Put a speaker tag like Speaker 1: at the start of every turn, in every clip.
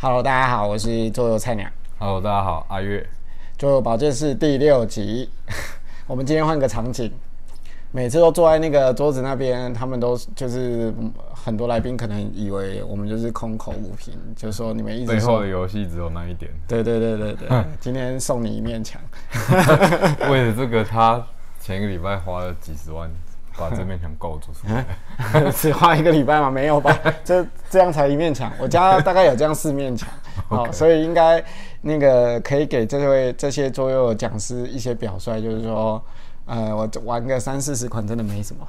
Speaker 1: Hello，大家好，我是桌游菜鸟，
Speaker 2: Hello，大家好，阿月。
Speaker 1: 桌游保健室第六集。 我们今天换个场景，每次都坐在那个桌子那边，他们都就是嗯很多来宾可能以为我们就是空口无凭，就说你们一直
Speaker 2: 最后
Speaker 1: 说
Speaker 2: 的。嗯游戏只有那一点，
Speaker 1: 对对对对对，今天送你一面墙。
Speaker 2: 为了这个，他前一个礼拜花了几十万把这面墙构 筑出来。
Speaker 1: 只花一个礼拜吗？没 有吧，这这样才一面墙。我家大概有这样四面 墙，好、所以应该那个可以给这位这些桌游讲师一些表率，就是说，呃，我玩个三四十款真的没什么。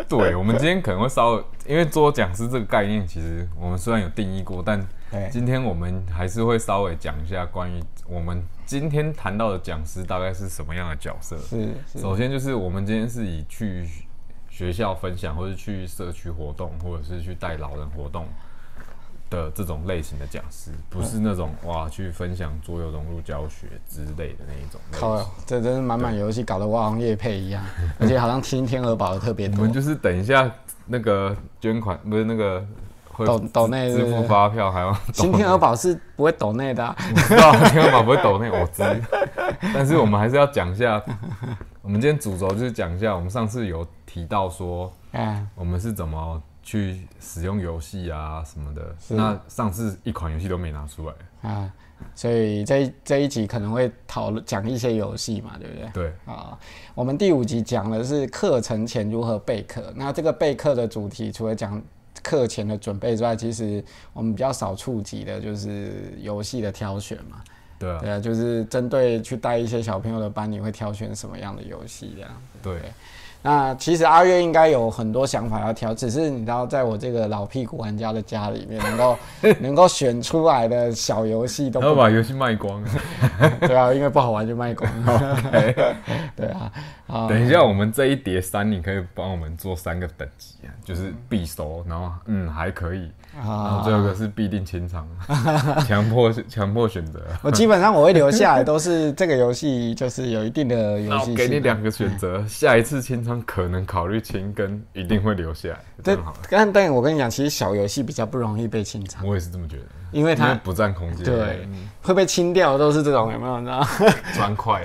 Speaker 2: 对，我们今天可能会稍微，因为桌讲师这个概念，其实我们虽然有定义过，但
Speaker 1: 对
Speaker 2: 今天我们还是会稍微讲一下关于我们今天谈到的讲师大概是什么样的角色。
Speaker 1: 是是，
Speaker 2: 首先就是我们今天是以去学校分享，或者去社区活动，或者是去带老人活动的这种类型的讲师，不是那种哇去分享桌游融入教学之类的那一种类
Speaker 1: 靠
Speaker 2: 型。，
Speaker 1: 这真是满满游戏搞得我好像叶配一样，而且好像听天鹅堡的特别
Speaker 2: 嗯我
Speaker 1: 多
Speaker 2: 们。就是等一下那个捐款，不是那个会
Speaker 1: 抖
Speaker 2: 支
Speaker 1: 抖内是
Speaker 2: 支
Speaker 1: 不是
Speaker 2: 付发票，还要
Speaker 1: 新天鹅堡是不会抖内的、啊，
Speaker 2: 知道天鹅堡不会抖那个我知，但是我们还是要讲一下。我们今天主轴就是讲一下，我们上次有提到说，
Speaker 1: 哎，
Speaker 2: 我们是怎么去使用游戏啊什么的。那上次一款游戏都没拿出来，
Speaker 1: 啊，所以这一这一集可能会讨论讲一些游戏嘛，对不对？
Speaker 2: 对，
Speaker 1: 啊，我们第五集讲的是课程前如何备课。那这个备课的主题，除了讲课前的准备之外，其实我们比较少触及的就是游戏的挑选嘛。
Speaker 2: 对啊，
Speaker 1: 对啊，就是针对去带一些小朋友的班，你会挑选什么样的游戏这样子？
Speaker 2: 对，
Speaker 1: 那其实阿月应该有很多想法要挑，只是你知道，在我这个老屁股玩家的家里面，能够能够选出来的小游戏都
Speaker 2: 然后
Speaker 1: 不
Speaker 2: 把游戏卖光了。
Speaker 1: 对 啊，因为不好玩就卖光了。
Speaker 2: OK
Speaker 1: 对啊，啊，
Speaker 2: 等一下，我们这一叠三，你可以帮我们做三个等级啊，就是必收，然后嗯还可以，
Speaker 1: 啊
Speaker 2: 然后最后一个是必定 清仓，强迫强迫选择。
Speaker 1: 我基本上我会留下来，都是这个游戏就是有一定的游
Speaker 2: 那
Speaker 1: 戏
Speaker 2: 我给你
Speaker 1: 性。啊
Speaker 2: 两个选择，下一次清仓可能考虑清跟一定会留下来，这
Speaker 1: 对
Speaker 2: 样好了。，
Speaker 1: 但但我跟你讲，其实小游戏比较不容易被清场，
Speaker 2: 我也是这么觉得，
Speaker 1: 因为
Speaker 2: 因为
Speaker 1: 它
Speaker 2: 不占空间，
Speaker 1: 对会被清掉的都是这种有没有？你知道吗，
Speaker 2: 砖块。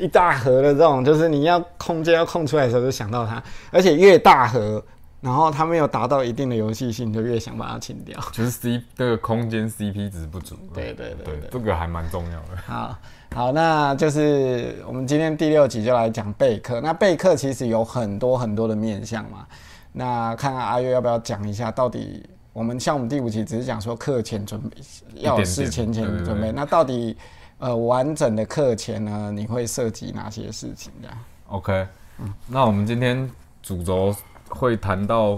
Speaker 1: 一大盒的这种，就是你要空间要空出来的时候就想到它，而且越大盒，然后它没有达到一定的游戏性，就越想把它清掉。
Speaker 2: 就是 C 那个空间 CP 值不足。
Speaker 1: 对对对对
Speaker 2: 这个还蛮重要的。
Speaker 1: 好好，那就是我们今天第六集就来讲备课。那备课其实有很多很多的面向嘛，那看看阿月要不要讲一下，到底我们像我们第五集只是讲说课前准备要有事前前
Speaker 2: 对对对
Speaker 1: 准备，那到底呃完整的课前呢，你会涉及哪些事情这样？
Speaker 2: OK，、那我们今天主轴会谈到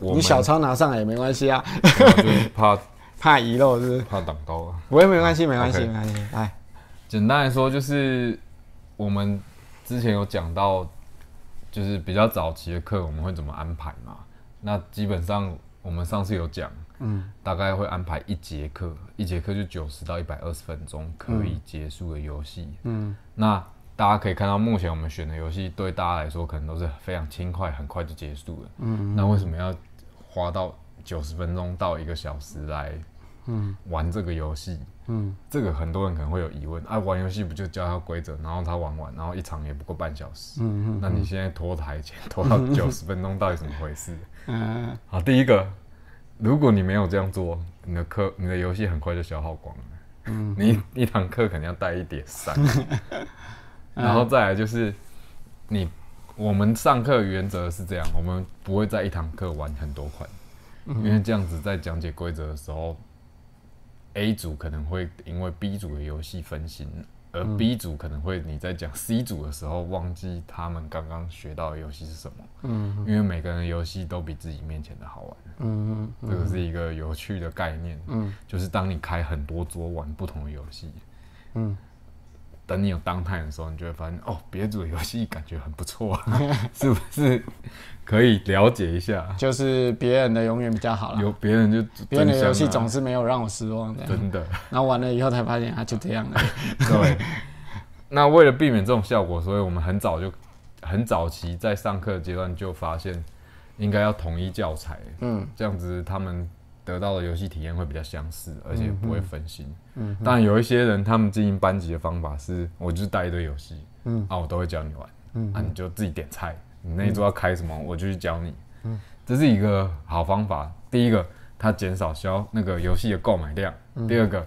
Speaker 2: 我
Speaker 1: 你
Speaker 2: 们，
Speaker 1: 小抄拿上来也没关系啊，
Speaker 2: 就是怕
Speaker 1: 怕遗漏是不是？
Speaker 2: 怕挡刀啊。
Speaker 1: 不会没关系，没关系，哎
Speaker 2: OK
Speaker 1: 没关系，来，
Speaker 2: 简单来说，就是我们之前有讲到，就是比较早期的课我们会怎么安排嘛？那基本上我们上次有讲，嗯，大概会安排一节课，一节课就九十到一百二十分钟可以结束的游戏，嗯，那大家可以看到，目前我们选的游戏对大家来说可能都是非常轻快，很快就结束了，嗯，那为什么要花到九十分钟到一个小时来，嗯，玩这个游戏？
Speaker 1: 嗯，
Speaker 2: 这个很多人可能会有疑问啊，玩游戏不就教他规则，然后他玩完，然后一场也不过半小时，嗯嗯，那你现在拖台前拖到九十分钟，到底怎么回事？
Speaker 1: 嗯、
Speaker 2: 好，第一个，如果你没有这样做，你的课你的游戏很快就消耗光了，嗯， 你一堂课肯定要带一点三，然后再来就是你我们上课原则是这样，我们不会在一堂课玩很多款，因为这样子在讲解规则的时候，A 组可能会因为 B 组的游戏分心，而 B 组可能会你在讲 C 组的时候忘记他们刚刚学到的游戏是什么。嗯，因为每个人的游戏都比自己面前的好玩。
Speaker 1: 嗯
Speaker 2: 这个是一个有趣的概念，嗯，就是当你开很多桌玩不同的游戏，
Speaker 1: 嗯，
Speaker 2: 等你有 downtime 的时候，你就会发现哦，别组的游戏感觉很不错、啊， 是不是 可以了解一下？
Speaker 1: 就是别人的永远比较好了，
Speaker 2: 有别人就
Speaker 1: 啊别人的
Speaker 2: 争相
Speaker 1: 游戏
Speaker 2: 啊
Speaker 1: 总是没有让我失望的，
Speaker 2: 真的
Speaker 1: 然后玩了以后才发现啊，就这样了。
Speaker 2: 对。 那为了避免这种效果，所以我们很早就很早期在上课阶段就发现，应该要统一教材，
Speaker 1: 嗯，
Speaker 2: 这样子他们得到的游戏体验会比较相似，而且不会分心。嗯，当然有一些人他们经营班级的方法是，我就是带一堆游戏，嗯，啊，我都会教你玩，嗯，啊，你就自己点菜，你那一桌要开什么，我就去教你，嗯，这是一个好方法。第一个，它减少消那个游戏的购买量；第二个，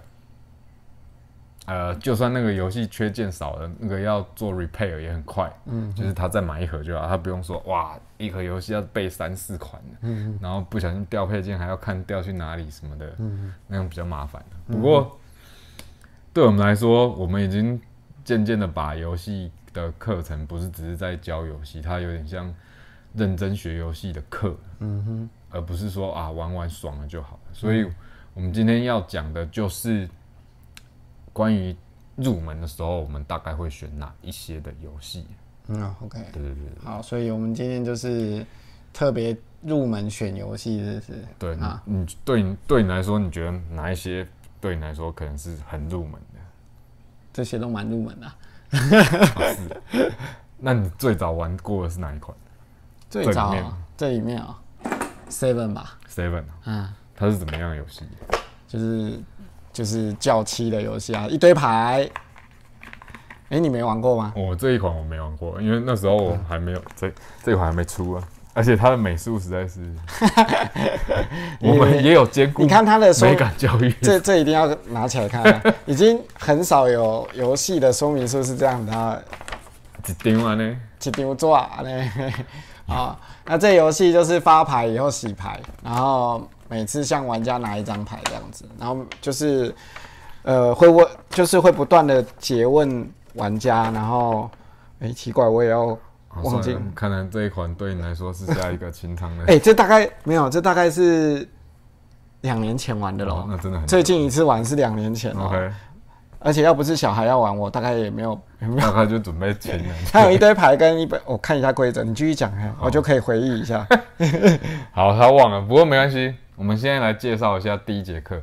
Speaker 2: 呃，就算那个游戏缺件少了，那个要做 repair 也很快，嗯，就是他再买一盒就好，他不用说哇，一盒游戏要备三四款的，嗯，然后不小心掉配件还要看掉去哪里什么的，嗯，那样比较麻烦。不过对我们来说，我们已经渐渐的把游戏的课程不是只是在教游戏，它有点像认真学游戏的课，
Speaker 1: 嗯哼，
Speaker 2: 而不是说啊玩玩爽了就好了。所以，我们今天要讲的就是关于入门的时候，我们大概会选哪一些的游戏？
Speaker 1: 嗯啊，OK，
Speaker 2: 对对对对
Speaker 1: 好，所以我们今天就是特别入门选游戏，是不是？
Speaker 2: 对，你
Speaker 1: 啊
Speaker 2: 你对你对你来说，你觉得哪一些对你来说可能是很入门的？
Speaker 1: 这些都蛮入门的啊、
Speaker 2: 那你最早玩过的是哪一款
Speaker 1: 最
Speaker 2: 里
Speaker 1: 早
Speaker 2: 面
Speaker 1: 啊这里面啊、Seven 吧，
Speaker 2: ？Seven，啊
Speaker 1: 嗯，
Speaker 2: 它是怎么样的游戏？
Speaker 1: 就是就是较期的游戏啊，一堆牌。哎、你没玩过吗？
Speaker 2: 我这一款我没玩过，因为那时候我还没有这这一款还没出啊，而且它的美术实 在是，我们也有兼顾，
Speaker 1: 你看它的说
Speaker 2: 美感教育，
Speaker 1: 这这一定要拿起来看、 啊，已经很少有游戏的说明书是这样的啊，
Speaker 2: 一定完呢，
Speaker 1: 一张纸呢，啊，那这游戏就是发牌以后洗牌，然后每次向玩家拿一张牌这样子，然后就是呃会问，就是会不断的诘问玩家，然后哎、诶奇怪，我也要
Speaker 2: 好
Speaker 1: 忘记
Speaker 2: 哦算，了看来这一款对你来说是下一个清仓的，
Speaker 1: 哎、这大概没有，这大概是两年前玩的
Speaker 2: 哦
Speaker 1: 咯，
Speaker 2: 那真的很
Speaker 1: 最近一次玩是两年前哦，
Speaker 2: OK，
Speaker 1: 而且要不是小孩要玩，我大概也没有也 没有
Speaker 2: 大概就准备清了。
Speaker 1: 它有一堆牌跟一本，我看一下规则，你继续讲，哎我就可以回忆一下。
Speaker 2: 好，他忘了，不过没关系，我们现在来介绍一下第一节课。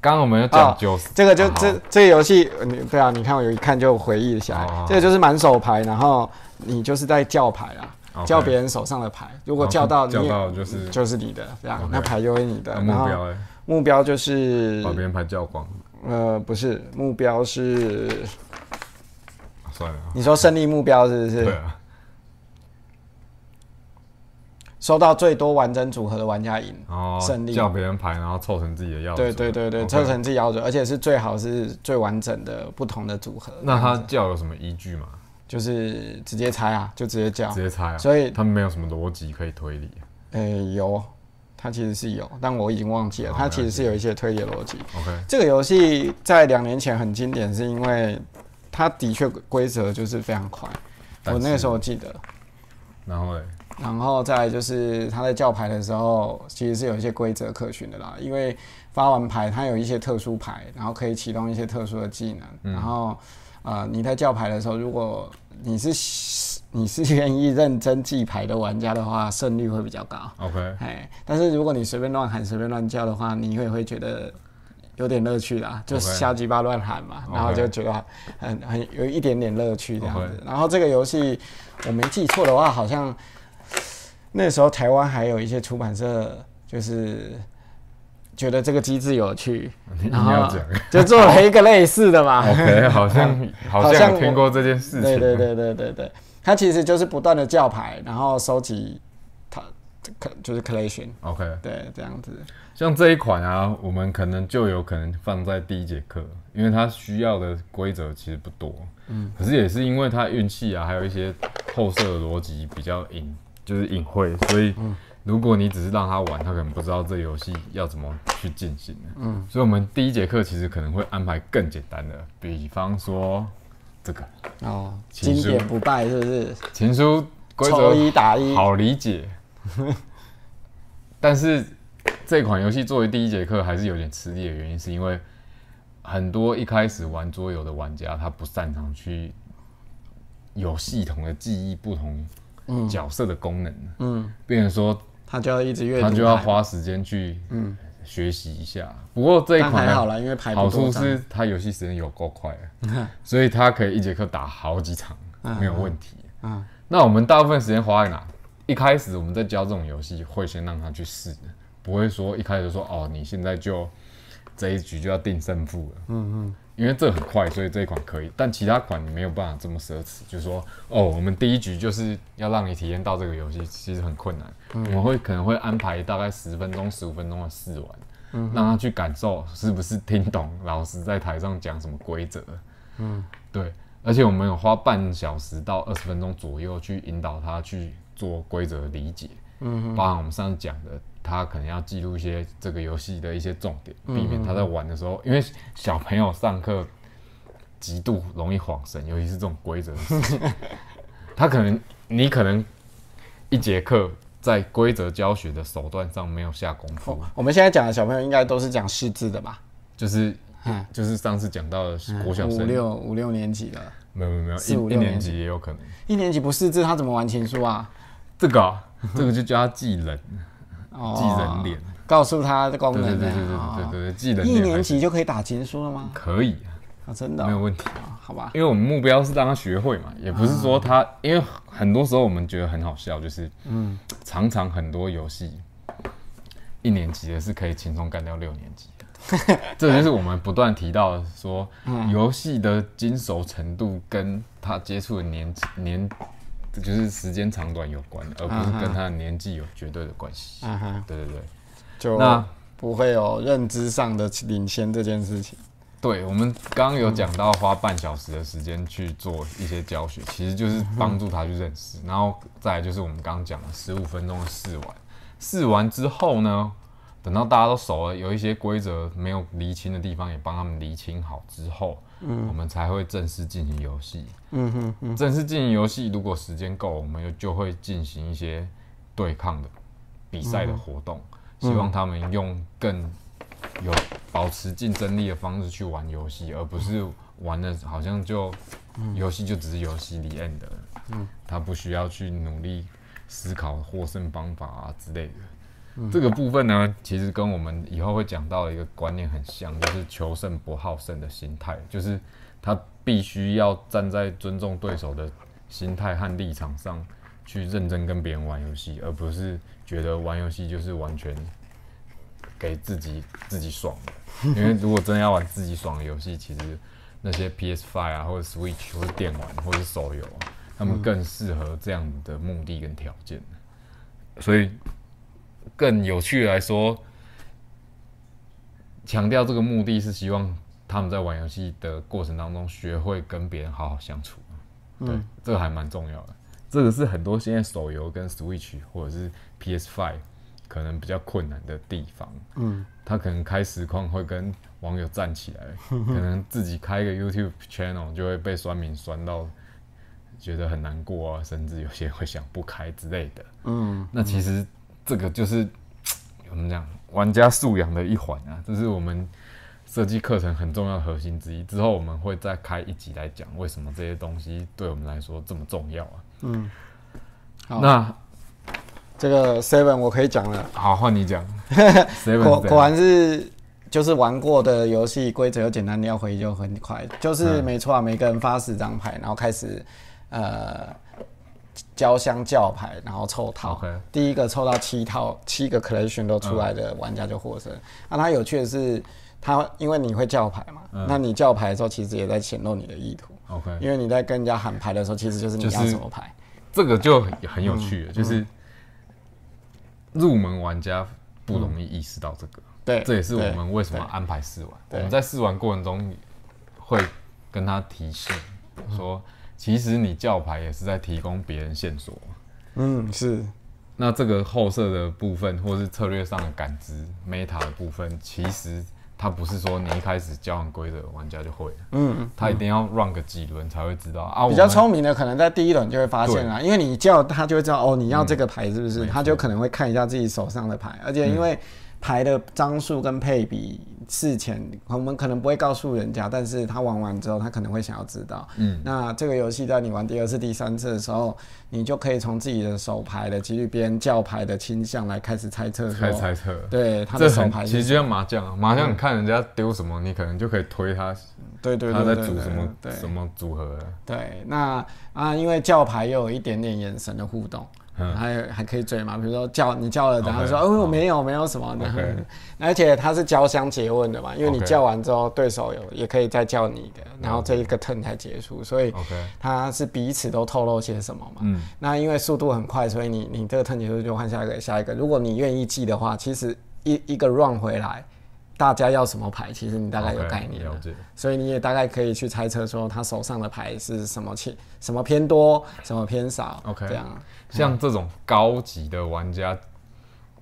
Speaker 2: 刚刚我们要
Speaker 1: 哦
Speaker 2: 讲九十，
Speaker 1: 这个就
Speaker 2: 啊好
Speaker 1: 这这个游戏，呃你对啊，你看我有一看就回忆起来
Speaker 2: 哦哦哦，
Speaker 1: 这个就是满手牌，然后你就是在叫牌啊，
Speaker 2: OK 哦
Speaker 1: 叫别人手上的牌，如果叫到你
Speaker 2: 叫
Speaker 1: 也
Speaker 2: 到就是
Speaker 1: 就是你的，这样
Speaker 2: OK
Speaker 1: 那牌就会你的。
Speaker 2: 那
Speaker 1: 然
Speaker 2: 目
Speaker 1: 后
Speaker 2: 标哎，
Speaker 1: 目标就是
Speaker 2: 把别人牌叫光，
Speaker 1: 呃不是目标是
Speaker 2: 啊算了啊，
Speaker 1: 你说胜利目标是不
Speaker 2: 对
Speaker 1: 是？
Speaker 2: 啊，
Speaker 1: 收到最多完整组合的玩家赢。
Speaker 2: 然后
Speaker 1: 胜利
Speaker 2: 哦叫别人牌，然后凑成自己的样子。
Speaker 1: 对对对对，
Speaker 2: OK
Speaker 1: 凑成自己摇准，而且是最好是最完整的不同的组合。
Speaker 2: 那他叫有什么依据吗？
Speaker 1: 就是直接猜啊，就直接叫
Speaker 2: 直。接猜啊，
Speaker 1: 所以
Speaker 2: 他们没有什么逻辑可以推理。
Speaker 1: 诶、有，它其实是有，但我已经忘记了，
Speaker 2: 哦
Speaker 1: 它
Speaker 2: 了解
Speaker 1: 其实是有一些推理逻辑。
Speaker 2: OK，
Speaker 1: 这个游戏在两年前很经典，是因为它的确规则就是非常快，
Speaker 2: 但
Speaker 1: 我那个
Speaker 2: 是
Speaker 1: 时候记得。
Speaker 2: 然后嘞，
Speaker 1: 然后再来就是他在叫牌的时候，其实是有一些规则可循的啦，因为发完牌它有一些特殊牌，然后可以启动一些特殊的技能，
Speaker 2: 嗯
Speaker 1: 然后呃你在叫牌的时候，如果你是你是愿意认真记牌的玩家的话，胜率会比较高。
Speaker 2: OK，
Speaker 1: 哎，但是如果你随便乱喊、随便乱叫的话，你也会觉得有点乐趣啦，就
Speaker 2: OK
Speaker 1: 瞎鸡巴乱喊嘛
Speaker 2: OK
Speaker 1: 然后就觉得很很有一点点乐趣这样子。
Speaker 2: OK
Speaker 1: 然后这个游戏我没记错的话，好像那时候台湾还有一些出版社就是。觉得这个机制有趣，
Speaker 2: 你你
Speaker 1: 然后
Speaker 2: 要讲 哦
Speaker 1: 就做了一个类似的嘛。
Speaker 2: OK，好像好
Speaker 1: 好像
Speaker 2: 像
Speaker 1: 我
Speaker 2: 有听过这件事情。
Speaker 1: 对对对对对对，它其实就是不断的叫牌，然后收集它就是 collection，
Speaker 2: OK，
Speaker 1: 对，这样子。
Speaker 2: 像这一款啊，我们可能就有可能放在第一节课，因为它需要的规则其实不多。嗯，可是也是因为它运气啊，还有一些后设的逻辑比较隐，就是隐晦，所以如果你只是让他玩，他可能不知道这游戏要怎么去进行。嗯，所以我们第一节课其实可能会安排更简单的，比方说这个
Speaker 1: 哦，
Speaker 2: 情
Speaker 1: 经典
Speaker 2: 书
Speaker 1: 不败是不是？
Speaker 2: 情书规则
Speaker 1: 抽一打一，
Speaker 2: 好理解，但是这款游戏作为第一节课还是有点吃力的原因，是因为很多一开始玩桌游的玩家，他不擅长去有系统的记忆不同角色的功能，
Speaker 1: 嗯，
Speaker 2: 变成说
Speaker 1: 他就要一直阅读
Speaker 2: 他
Speaker 1: 牌，
Speaker 2: 就要花时间去学习一下。不过这一
Speaker 1: 嗯但
Speaker 2: 款
Speaker 1: 还
Speaker 2: 呢
Speaker 1: 好啦，因为牌
Speaker 2: 好
Speaker 1: 不多
Speaker 2: 处
Speaker 1: 张
Speaker 2: 是它游戏时间有够快啊的，所以它可以一节课打好几场，没有问题。
Speaker 1: 嗯
Speaker 2: 那我们大部分时间花在哪？一开始我们在教这种游戏，会先让他去试，不会说一开始就说哦，你现在就这一局就要定胜负了。嗯嗯，因为这很快，所以这一款可以，但其他款你没有办法这么奢侈，就是说哦，我们第一局就是要让你体验到这个游戏，其实很困难。我们会可能会安排大概十分钟、十五分钟的试玩，让他去感受是不是听懂老师在台上讲什么规则。嗯，对。而且我们有花半小时到二十分钟左右去引导他去做规则的理解，嗯，包含我们上次讲的，他可能要记录一些这个游戏的一些重点，
Speaker 1: 嗯
Speaker 2: 避免他在玩的时候，因为小朋友上课极度容易晃神，尤其是这种规则的事情， 他可能你可能一节课在规则教学的手段上没有下功夫，
Speaker 1: 我们现在讲的小朋友应该都是讲识字的吧？
Speaker 2: 就是
Speaker 1: 嗯
Speaker 2: 就是上次讲到的国小
Speaker 1: 五
Speaker 2: 生，
Speaker 1: 六五六年级了，
Speaker 2: 没有没有没有
Speaker 1: 四五
Speaker 2: 一一
Speaker 1: 六
Speaker 2: 年
Speaker 1: 年
Speaker 2: 级也有可能。
Speaker 1: 一年级不识字，他怎么玩情书啊？
Speaker 2: 这个啊、这个就叫他记人，
Speaker 1: 哦
Speaker 2: 记人脸，
Speaker 1: 告诉他的功
Speaker 2: 对对
Speaker 1: 能
Speaker 2: 对
Speaker 1: 呢
Speaker 2: 对对对对对，记人
Speaker 1: 一
Speaker 2: 脸还
Speaker 1: 年
Speaker 2: 是
Speaker 1: 级就可以打情书了吗？
Speaker 2: 可以，
Speaker 1: 啊，真的哦、
Speaker 2: 没有问题。
Speaker 1: 啊好吧？
Speaker 2: 因为我们目标是让他学会嘛，也不是说他，
Speaker 1: 哦
Speaker 2: 因为很多时候我们觉得很好笑，就是嗯，常常很多游戏一年级的是可以轻松干掉六年级的， 这就是我们不断提到的说
Speaker 1: 嗯
Speaker 2: 游戏的精熟程度跟他接触的年纪年，这就是时间长短有关，而
Speaker 1: 嗯
Speaker 2: 不是跟他的年纪有绝对的关系。
Speaker 1: 啊哈，
Speaker 2: 对对对。
Speaker 1: 就
Speaker 2: 那
Speaker 1: 不会有认知上的领先这件事情。
Speaker 2: 对，我们刚刚有讲到花半小时的时间去做一些教学，其实就是帮助他去认识，然后再来就是我们刚刚讲的十五分钟的试玩，试完之后呢，等到大家都熟了，有一些规则没有厘清的地方也帮他们厘清好之后，我们才会正式进行游戏。
Speaker 1: 嗯哼哼，
Speaker 2: 正式进行游戏，如果时间够，我们就会进行一些对抗的比赛
Speaker 1: 嗯
Speaker 2: 的活动，希望他们用更有保持竞争力的方式去玩游戏，而不是玩的好像就游戏就只是游戏里 end 了，他不需要去努力思考获胜方法啊之类的。这个部分呢，其实跟我们以后会讲到的一个观念很像，就是求胜不好胜的心态，就是他必须要站在尊重对手的心态和立场上去认真跟别人玩游戏，而不是觉得玩游戏就是完全给自己自己爽的。因为如果真的要玩自己爽的游戏，其实那些 PS Five 啊，或者 Switch，或者电玩，或者手游啊，他们更适合这样的目的跟条件。所以更有趣地来说，强调这个目的是希望他们在玩游戏的过程当中学会跟别人好好相处。对，这个还蛮重要的。这个是很多现在手游跟 Switch 或者是 PS Five 可能比较困难的地方。嗯，他可能开实况会跟网友站起来，可能自己开个 YouTube channel 就会被酸民酸到觉得很难过啊，甚至有些会想不开之类的。
Speaker 1: 嗯，
Speaker 2: 那其实这个就是我们讲玩家素养的一环啊，这是我们设计课程很重要的核心之一。之后我们会再开一集来讲为什么这些东西对我们来说这么重要啊。
Speaker 1: 好
Speaker 2: 那
Speaker 1: 这个 Seven 我可以讲了，
Speaker 2: 好，换你讲。Seven
Speaker 1: 果
Speaker 2: 怎样
Speaker 1: 果然是。就是玩过的游戏规则又简单，你要回忆就很快。
Speaker 2: 嗯
Speaker 1: 就是没错啊，每个人发十张牌，然后开始，呃，交相叫牌，然后凑套。
Speaker 2: OK
Speaker 1: 第一个凑到七套，七个 collection 都出来的玩家就获胜。啊那、它有趣的是，它因为你会叫牌嘛，
Speaker 2: 嗯
Speaker 1: 那你叫牌的时候其实也在显露你的意图，
Speaker 2: OK，
Speaker 1: 因为你在跟人家喊牌的时候，其实就是你
Speaker 2: 就是
Speaker 1: 要什么牌。
Speaker 2: 这个就很很有趣
Speaker 1: 嗯
Speaker 2: 了，就是入门玩家不容易意识到这个。
Speaker 1: 对，
Speaker 2: 这也是我
Speaker 1: 对
Speaker 2: 们为什么安排试玩。我
Speaker 1: 嗯对
Speaker 2: 们在试玩过程中会跟他提醒说，其实你教牌也是在提供别人线索。
Speaker 1: 嗯，是，
Speaker 2: 那这个后设的部分，或是策略上的感知 meta 的部分，其实它不是说你一开始教完规则，玩家就会了，
Speaker 1: 嗯，
Speaker 2: 他一定要 run 个几轮才会知道啊。
Speaker 1: 比较
Speaker 2: 我们
Speaker 1: 聪明的可能在第一轮就会发现啊啦，因为你叫他就会知道哦，你要这个牌是不是？他就可能会看一下自己手上的牌，而且因
Speaker 2: 嗯
Speaker 1: 为牌的张数跟配比事前我们可能不会告诉人家，但是他玩完之后他可能会想要知道。嗯，那这个游戏在你玩第二次、第三次的时候，你就可以从自己的手牌的几率、别人叫牌的倾向来开始猜测，
Speaker 2: 开始猜，测。
Speaker 1: 对他的
Speaker 2: 这
Speaker 1: 手
Speaker 2: 很
Speaker 1: 牌
Speaker 2: 其
Speaker 1: 是嗯
Speaker 2: 实就像麻将啊，麻将你看人家丢什么，你可能就可以推他，
Speaker 1: 对对
Speaker 2: 他
Speaker 1: 对
Speaker 2: 在
Speaker 1: 对
Speaker 2: 组
Speaker 1: 对
Speaker 2: 什么
Speaker 1: 对
Speaker 2: 什么组合啊。
Speaker 1: 对，那啊，因为教牌又有一点点眼神的互动，
Speaker 2: 嗯
Speaker 1: 还有还可以追嘛，比如说叫你叫了，然后
Speaker 2: OK，
Speaker 1: 说哦
Speaker 2: 好
Speaker 1: 没有没有什么的
Speaker 2: OK
Speaker 1: 而且它是交相结问的嘛，因为你
Speaker 2: OK 嗯
Speaker 1: 叫完之后，对手有也可以再叫你的，然后这一个 turn 才结束，所以
Speaker 2: OK
Speaker 1: 它是彼此都透露些什么嘛。
Speaker 2: 哦嗯
Speaker 1: 那因为速度很快，所以你你这个 turn 结束就换下一个下一个，如果你愿意记的话，其实一一个 run 回来。大家要什么牌，其实你大概有
Speaker 2: OK，
Speaker 1: 概念
Speaker 2: 了
Speaker 1: 了嗯
Speaker 2: 解
Speaker 1: 所以你也大概可以去猜测说他手上的牌是什么偏什么偏多，什么偏少
Speaker 2: OK
Speaker 1: 这样。
Speaker 2: 像这种高级的玩家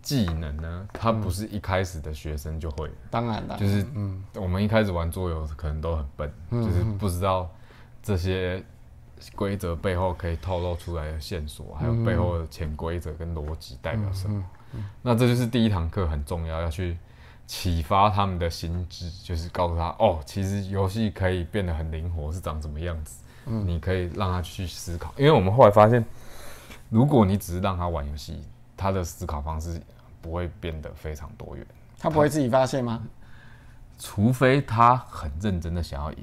Speaker 2: 技能呢，他
Speaker 1: 嗯
Speaker 2: 不是一开始的学生就会的，
Speaker 1: 当然的，
Speaker 2: 就是我们一开始玩桌游可能都很笨，就是不知道这些规则背后可以透露出来的线索，还有背后的潜规则跟逻辑代表什么。那这就是第一堂课很重要，要去启发他们的心智，就是告诉他哦，其实游戏可以变得很灵活，是长什么样子。你可以让他去思考，因为我们后来发现，如果你只是让他玩游戏，他的思考方式不会变得非常多元。
Speaker 1: 他不会自己发现吗？
Speaker 2: 除非他很认真的想要赢。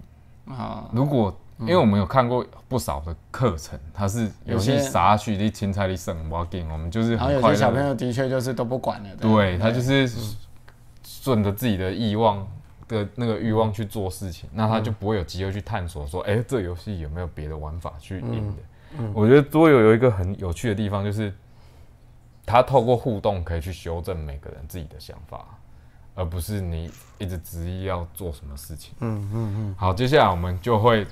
Speaker 1: 啊、
Speaker 2: 如果因为我们有看过不少的课程，他是游
Speaker 1: 有
Speaker 2: 戏
Speaker 1: 些
Speaker 2: 啥去你青菜你剩我要给我们就是
Speaker 1: 然后
Speaker 2: 很
Speaker 1: 有
Speaker 2: 快
Speaker 1: 些小
Speaker 2: 乐
Speaker 1: 朋
Speaker 2: 地，
Speaker 1: 友的确就是都不管了，不
Speaker 2: 对他就是
Speaker 1: 嗯
Speaker 2: 顺着自己的欲望的那个欲望去做事情，
Speaker 1: 嗯
Speaker 2: 那他就不会有机会去探索说，哎，这游戏有没有别的玩法去赢
Speaker 1: 嗯
Speaker 2: 的？我觉得桌游有一个很有趣的地方就是。他透过互动可以去修正每个人自己的想法，而不是你一直执意要做什么事情。
Speaker 1: 嗯嗯嗯，
Speaker 2: 好，接下来我们就会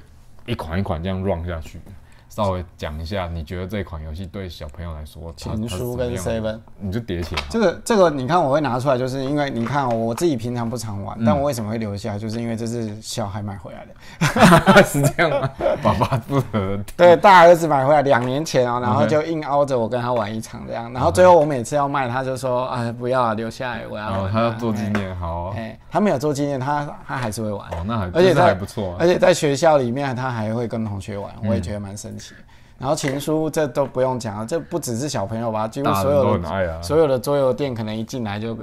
Speaker 2: 一款一款这样 run 下去，稍微讲一下，你觉得这款游戏对小朋友来说，它
Speaker 1: 情书跟
Speaker 2: 它是怎么样
Speaker 1: seven
Speaker 2: 的。你就叠起来。
Speaker 1: 这个这个你看我会拿出来，就是因为你看、哦、我自己平常不常
Speaker 2: 嗯
Speaker 1: 玩，但我为什么会留下来，就是因为这是小孩买回来的。
Speaker 2: 是这样吗？ 爸爸不得，
Speaker 1: 对，大儿子买回来两年前哦、然后
Speaker 2: OK
Speaker 1: 就硬凹着我跟他玩一场这样，然后最后我每次要卖，他就说啊不要啊留下来，我要
Speaker 2: 然后
Speaker 1: 玩。
Speaker 2: 哦他要做纪念，好啊
Speaker 1: 哎、他没有做纪念，他他还是会玩。
Speaker 2: 哦，那还
Speaker 1: 而且
Speaker 2: 这
Speaker 1: 在
Speaker 2: 还不错啊嗯
Speaker 1: 而。且在学校里面，他还会跟同学玩，我也觉得蛮神奇的。然后情书这都不用讲了，啊这不只是小朋友吧，几乎
Speaker 2: 大
Speaker 1: 所
Speaker 2: 人都
Speaker 1: 有
Speaker 2: 很
Speaker 1: 的、
Speaker 2: 爱啊，
Speaker 1: 所有的桌游店可能一进来就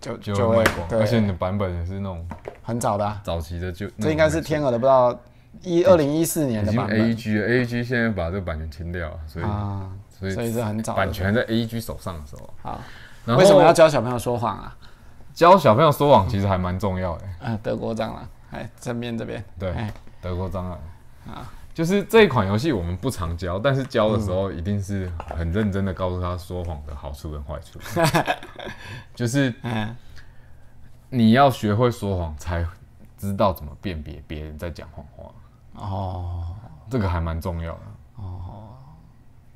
Speaker 1: 就
Speaker 2: 就
Speaker 1: 就
Speaker 2: 卖
Speaker 1: 会
Speaker 2: 光，
Speaker 1: 对，
Speaker 2: 而且你的版本也是那种
Speaker 1: 很早的啊、
Speaker 2: 早期的，就
Speaker 1: 这应该是天鹅的，不知道一二零一四年
Speaker 2: 已
Speaker 1: 的
Speaker 2: 经
Speaker 1: 版
Speaker 2: A
Speaker 1: 本
Speaker 2: G A G 现在把这个版权清掉了，所以
Speaker 1: 啊，
Speaker 2: 所
Speaker 1: 所以
Speaker 2: 以
Speaker 1: 是很早的
Speaker 2: 版权在 A G 手上的时候，
Speaker 1: 好。
Speaker 2: 然后
Speaker 1: 为什么要教小朋友说谎啊？
Speaker 2: 教小朋友说谎？其实还蛮重要的。
Speaker 1: 啊，德国蟑螂，哎，正面这边，
Speaker 2: 对
Speaker 1: 哎，啊
Speaker 2: 德国蟑螂就是这一款游戏我们不常教，但是教的时候一定是
Speaker 1: 嗯
Speaker 2: 很认真的告诉他说谎的好处跟坏 处，就是
Speaker 1: 嗯，
Speaker 2: 你要学会说谎，才知道怎么辨别别人在讲谎话，
Speaker 1: 哦，
Speaker 2: 这个还蛮重要的。哦，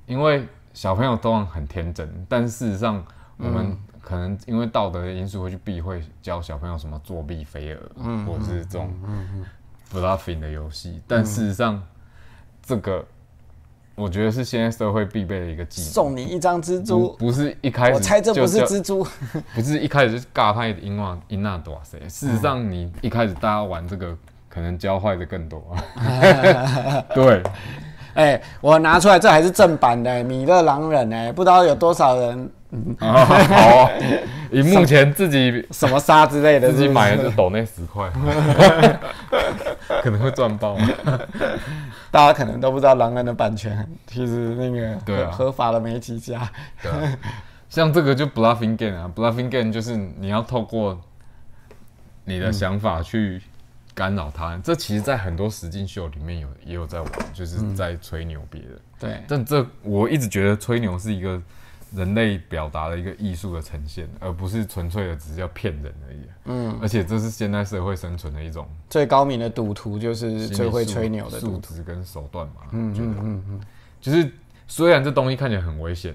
Speaker 2: 因为小朋友都很天真，但事实上我
Speaker 1: 嗯
Speaker 2: 们可能因为道德的因素会去避讳教小朋友什么作弊、飞蛾，
Speaker 1: 嗯
Speaker 2: 或者是这种 bluffing 的游戏，但事实上这个。我觉得是现在社会必备的一个技能，
Speaker 1: 送你一张蜘
Speaker 2: 不
Speaker 1: 蛛，
Speaker 2: 不是一嗯开始
Speaker 1: 我猜这
Speaker 2: 就
Speaker 1: 不是
Speaker 2: 叫
Speaker 1: 蜘蛛，
Speaker 2: 不是一开始就是尬派赢哇赢那多谁？事实
Speaker 1: 嗯
Speaker 2: 上，你一开始大家玩这个，可能教坏的更多。 对，
Speaker 1: 哎、我拿出来，这还是正版的、米勒狼人哎、不知道有多少人
Speaker 2: 啊好啊，以目前自己
Speaker 1: 什么杀之类的
Speaker 2: 自己买的
Speaker 1: 是
Speaker 2: 就
Speaker 1: 不是
Speaker 2: 抖那十块，可能会赚爆。
Speaker 1: 大家可能都不知道狼人的版权，其实那个合
Speaker 2: 对啊
Speaker 1: 合法的没几家，
Speaker 2: 对啊，像这个就 bluffing game 啊，bluffing game 就是你要透过你的想法去干扰他人。这其实，在很多实境秀里面有也有在玩，就是在吹牛别人。
Speaker 1: 对，
Speaker 2: 但这我一直觉得吹牛是一个人类表达的一个艺术的呈现，而不是纯粹的只是要骗人而已。嗯，而且这是现代社会生存的一种
Speaker 1: 最高明的赌徒就是最会吹牛的
Speaker 2: 素
Speaker 1: 赌徒，
Speaker 2: 质跟手段嘛。嗯嗯嗯嗯，就是虽然这东西看起来很危险，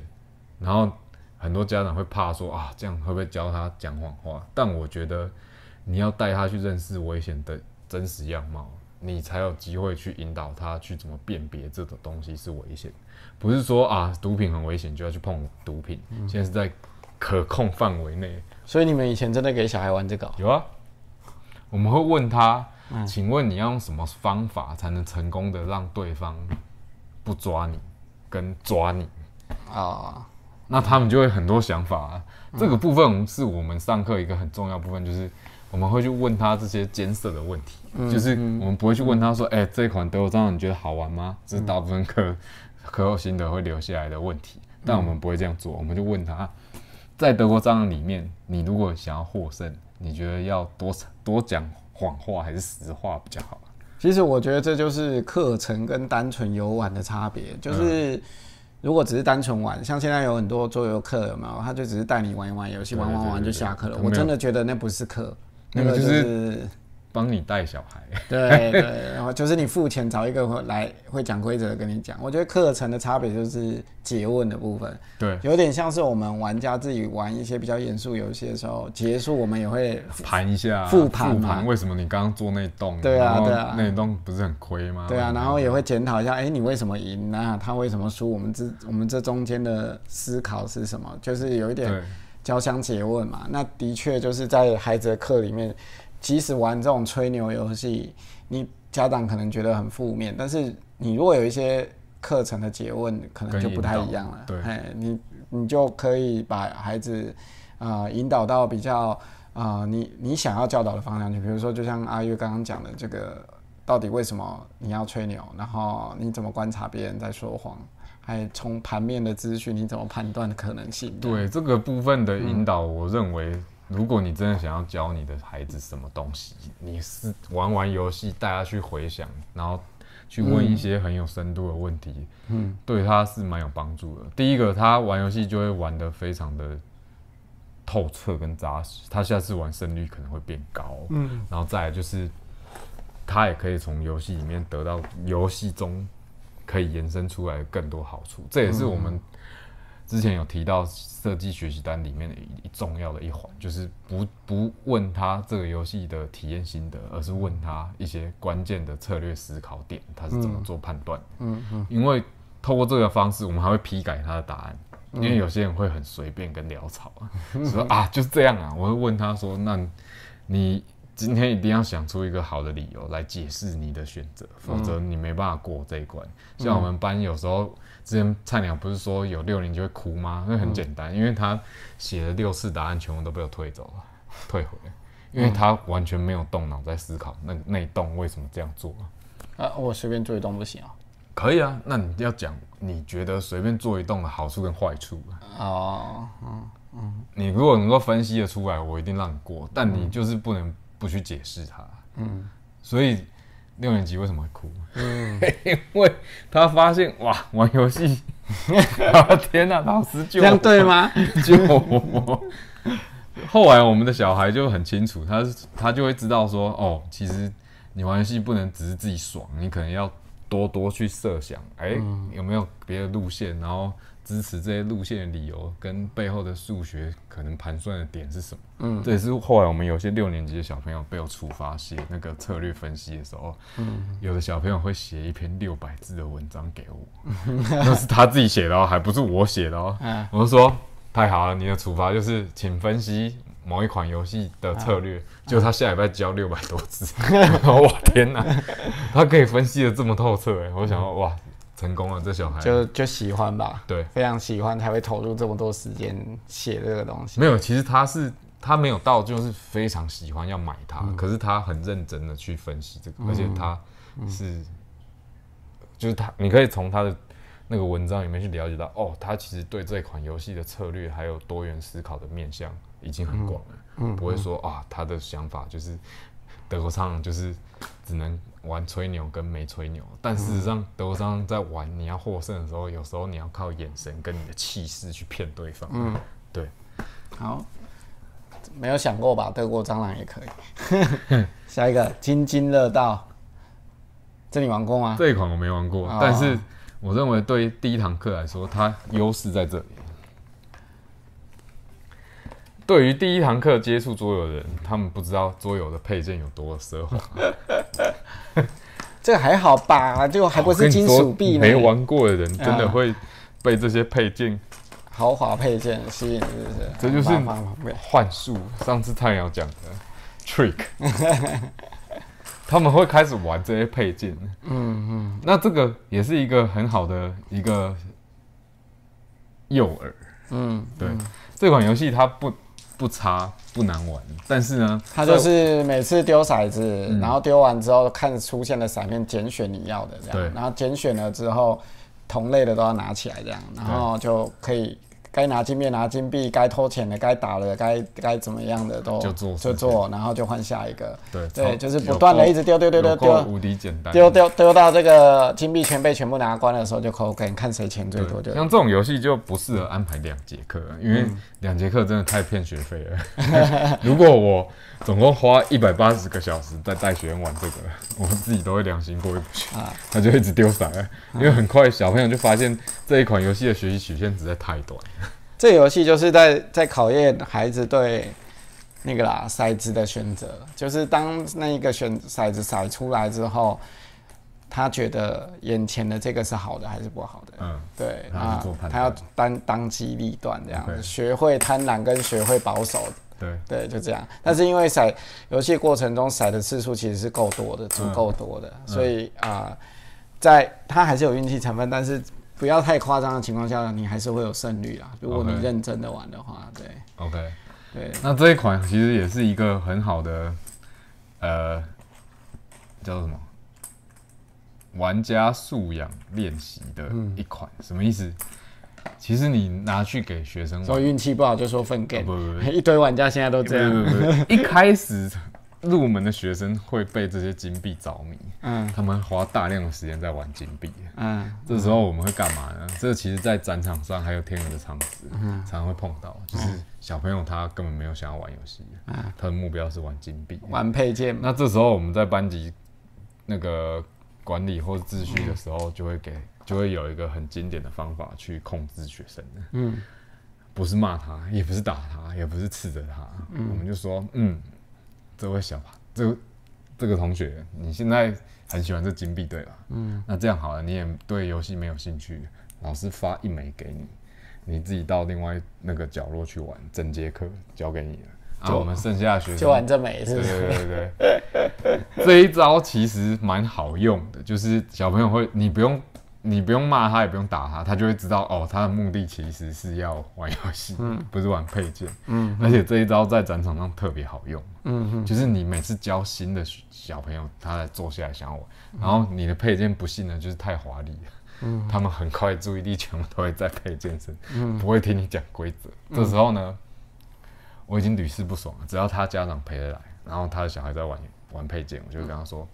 Speaker 2: 然后很多家长会怕说啊，这样会不会教他讲谎话？但我觉得你要带他去认识危险的真实样貌，你才有机会去引导他去怎么辨别这种东西是危险。不是说啊，毒品很危险就要去碰毒品，
Speaker 1: 嗯
Speaker 2: 现在是在可控范围内。
Speaker 1: 所以你们以前真的给小孩玩这个哦、
Speaker 2: 有啊，我们会问他，请问你要用什么方法才能成功的让对方不抓你，跟抓你？
Speaker 1: 啊，
Speaker 2: 那他们就会很多想法、啊。这个部分是我们上课一个很重要部分，就是我们会去问他这些艰涩的问题，就是我们不会去问他说：“哎、这款德国蟑螂你觉得好玩吗？”这是大部分课课后心得会留下来的问题。但我们不会这样做，我们就问他，啊在德国蟑螂里面，你如果想要获胜，你觉得要多多讲谎话还是实话比较好啊？
Speaker 1: 其实我觉得这就是课程跟单纯游玩的差别，
Speaker 2: 嗯
Speaker 1: 就是如果只是单纯玩，像现在有很多桌游课有没有？他就只是带你玩一玩游戏，
Speaker 2: 对
Speaker 1: 玩玩玩
Speaker 2: 对
Speaker 1: 就
Speaker 2: 对
Speaker 1: 下课了。
Speaker 2: 对
Speaker 1: 我真
Speaker 2: 没
Speaker 1: 的觉得那不是课，
Speaker 2: 那
Speaker 1: 个
Speaker 2: 个就是
Speaker 1: 是
Speaker 2: 帮你带小孩，
Speaker 1: 对对，然后就是你付钱找一个会来会讲规则的跟你讲。我觉得课程的差别就是诘问的部分，
Speaker 2: 对，
Speaker 1: 有点像是我们玩家自己玩一些比较严肃游戏的时候，结束我们也会
Speaker 2: 盘一下
Speaker 1: 复盘
Speaker 2: 复
Speaker 1: 嘛
Speaker 2: 盘为什么你刚刚做那栋？
Speaker 1: 对啊
Speaker 2: 然后
Speaker 1: 对啊
Speaker 2: 那栋不是很亏吗？
Speaker 1: 对啊，然后
Speaker 2: 有
Speaker 1: 也会检讨一下，哎、你为什么赢啊？他为什么输？我们这我们这中间的思考是什么？就是有一点
Speaker 2: 对
Speaker 1: 交相诘问嘛。那的确就是在孩子的课里面，即使玩这种吹牛游戏，你家长可能觉得很负面，但是你如果有一些课程的诘问，可能
Speaker 2: 跟
Speaker 1: 就不太
Speaker 2: 引导
Speaker 1: 一样了。
Speaker 2: 对
Speaker 1: 哎，你你就可以把孩子啊、呃引导到比较啊、呃你你想要教导的方向去。比如说，就像阿月刚刚讲的这个。到底为什么你要吹牛？然后你怎么观察别人在说谎？还从盘面的资讯，你怎么判断的可能性？
Speaker 2: 对这嗯个部分的引导，我认为，如果你真的想要教你的孩子什么东西，你是玩玩游戏，带他去回想，然后去问一些很有深度的问题，嗯，对他是蛮有帮助的。第一个，他玩游戏就会玩得非常的透彻跟扎实，他下次玩胜率可能会变高，嗯，然后再来就是，他也可以从游戏里面得到游戏中可以延伸出来的更多好处，这也是我们之前有提到设计学习单里面的一一重要的一环，就是不不问他这个游戏的体验心得，而是问他一些关键的策略思考点，他是怎么做判断的。
Speaker 1: 嗯嗯
Speaker 2: 因为透过这个方式，我们还会批改他的答案。因为有些人会很随便跟潦草 啊，说啊就是这样啊。我会问他说：“那你今天一定要想出一个好的理由来解释你的选择，否则你没办法过这一关。像我们班有时候之前菜鸟不是说有六年就会哭吗？那很简单，因为他写了六次答案，全部都被我退走了， 退回了，因为他完全没有动脑在思考那那一栋为什么这样做啊、
Speaker 1: 啊，我随便做一栋不行哦、
Speaker 2: 可以啊，那你要讲你觉得随便做一栋的好处跟坏处啊。
Speaker 1: 哦，嗯
Speaker 2: 你如果能够分析的出来，我一定让你过，但你就是不能不去解释它。
Speaker 1: 嗯
Speaker 2: 所以六年级为什么会哭？
Speaker 1: 嗯，
Speaker 2: 因为他发现哇，玩游戏， 啊天哪、老师
Speaker 1: 这
Speaker 2: 救我
Speaker 1: 样对 吗？
Speaker 2: 救我！后来我们的小孩就很清楚，他是他就会知道说，哦，其实你玩游戏不能只是自己爽，你可能要多多去设想，哎、有没有别的路线，然后支持这些路线的理由跟背后的数学可能盘算的点是什么？
Speaker 1: 嗯
Speaker 2: 这也是后来我们有些六年级的小朋友被我处罚写那个策略分析的时候，有的小朋友会写一篇六百字的文章给我， 那是他自己写的哦，还不是我写的哦。
Speaker 1: 嗯
Speaker 2: 我就说太好了，你的处罚就是请分析某一款游戏的策略，就他下礼拜交六百多 字，我天哪，他可以分析的这么透彻哎，我想说哇，成功了这小孩。
Speaker 1: 就就喜欢吧，
Speaker 2: 对
Speaker 1: 非常喜欢才会投入这么多时间写这个东西。
Speaker 2: 没有，其实他是他没有到，就是非常喜欢要买它，
Speaker 1: 嗯
Speaker 2: 可是他很认真的去分析这个，而且他是，就是他，你可以从他的那个文章里面去了解到，哦，他其实对这款游戏的策略还有多元思考的面向已经很广了，
Speaker 1: 嗯
Speaker 2: 不会说啊，他的想法就是德国商人就是只能玩吹牛跟没吹牛，但事实上
Speaker 1: 嗯
Speaker 2: 德国商人在玩你要获胜的时候，有时候你要靠眼神跟你的气势去骗对方，嗯，对。
Speaker 1: 好，没有想过吧？德国蟑螂也可以。 下一个津津乐道，这你玩过吗？
Speaker 2: 这一款我没玩过，
Speaker 1: 哦
Speaker 2: 但是我认为对第一堂课来说，它优势在这里。对于第一堂课接触桌游的人，他们不知道桌游的配件有多奢华，
Speaker 1: 这个还好吧，就还不是金属币
Speaker 2: 我跟
Speaker 1: 呢啊
Speaker 2: 你说没，玩过的人真的会被这些配件，
Speaker 1: 豪华配件吸引，是不是？
Speaker 2: 这就是
Speaker 1: 麻烦麻烦
Speaker 2: 幻术。上次菜鸟讲的 trick，他们会开始玩这些配件。
Speaker 1: 嗯嗯
Speaker 2: 那这个也是一个很好的一个诱饵。
Speaker 1: 嗯，
Speaker 2: 对，这款游戏它不不差不难玩，但是呢，
Speaker 1: 他就是每次丢骰子，
Speaker 2: 嗯
Speaker 1: 然后丢完之后看出现的骰面，拣选你要的这样，
Speaker 2: 对
Speaker 1: 然后拣选了之后，同类的都要拿起来这样，然后就可以该拿金币拿金币，该偷钱的该打的该该怎么样的都
Speaker 2: 就做
Speaker 1: 就做，然后就换下一个。
Speaker 2: 对
Speaker 1: 对，
Speaker 2: 超
Speaker 1: 就是
Speaker 2: 有
Speaker 1: 不断的
Speaker 2: 够
Speaker 1: 一直丢丢丢丢
Speaker 2: 有够
Speaker 1: 丢
Speaker 2: 无敌简单，
Speaker 1: 丢丢丢到这个金币全被全部拿光的时候，就扣根，看谁钱最多就
Speaker 2: 对，嗯像这种游戏就不适合安排两节课，因为两节课真的太骗学费了。 如果我总共花一百八十个小时在带学员玩这个，我自己都会良心过意不去，他就一直丢骰，因为很快小朋友就发现这一款游戏的学习曲线实在太短。
Speaker 1: 这游戏就是在在考验孩子对那个啦骰子的选择，就是当那一个选骰子骰出来之后，他觉得眼前的这个是好的还是不好的，
Speaker 2: 嗯，
Speaker 1: 对，啊
Speaker 2: 然后去做判断
Speaker 1: 他要当当机立断这样子，
Speaker 2: OK
Speaker 1: 学会贪婪跟学会保守，
Speaker 2: 对，
Speaker 1: 对，就这样。但是因为骰游戏过程中骰的次数其实是够多的，足
Speaker 2: 嗯
Speaker 1: 够多的，所以啊、呃在它还是有运气成分，但是不要太夸张的情况下，你还是会有胜率啦。如果你
Speaker 2: OK
Speaker 1: 认真的玩的话，对
Speaker 2: OK，
Speaker 1: 对，
Speaker 2: 那这一款其实也是一个很好的，呃，叫什么？玩家素养练习的
Speaker 1: 嗯
Speaker 2: 一款，什么意思？其实你拿去给学生
Speaker 1: 所
Speaker 2: 玩，哦
Speaker 1: 以运气不好就说粪 game，、
Speaker 2: 不嗯不 不
Speaker 1: 一堆玩家现在都
Speaker 2: 不
Speaker 1: 这样，
Speaker 2: 不不不，一开始入门的学生会被这些金币着迷，
Speaker 1: 嗯
Speaker 2: 他们花大量的时间在玩金币。
Speaker 1: 嗯
Speaker 2: 这时候我们会干嘛呢？这其实，在展场上还有天鹅的场子，常常会碰到，就是小朋友他根本没有想要玩游戏，他的目标是玩金币。
Speaker 1: 玩配件嘛，
Speaker 2: 那这时候我们在班级那个管理或秩序的时候，就会给就会有一个很经典的方法去控制学生。
Speaker 1: 嗯
Speaker 2: 不是骂他，也不是打他，也不是斥责他，我们就说，嗯，这位小这个这个同学，你现在很喜欢这金币对吧？嗯，那这样好了，你也对游戏没有兴趣，老师发一枚给你，你自己到另外那个角落去玩，整节课交给你了。啊，
Speaker 1: 就
Speaker 2: 我们剩下的学生
Speaker 1: 就玩这枚是
Speaker 2: 对
Speaker 1: 不是？
Speaker 2: 对对对对，这一招其实蛮好用的，就是小朋友会，你不用你不用骂他，也不用打他，他就会知道哦，他的目的其实是要玩游戏，不是玩配件。嗯，而且这一招在展场上特别好用。
Speaker 1: 嗯嗯
Speaker 2: 就是你每次教新的学小朋友，他来坐下来想要玩，然后你的配件不幸呢就是太华丽了，他们很快注意力全部都会在配件身，不会听你讲规则。这时候呢，我已经屡试不爽了，只要他家长陪得来，然后他的小孩在玩玩配件，我就跟他说，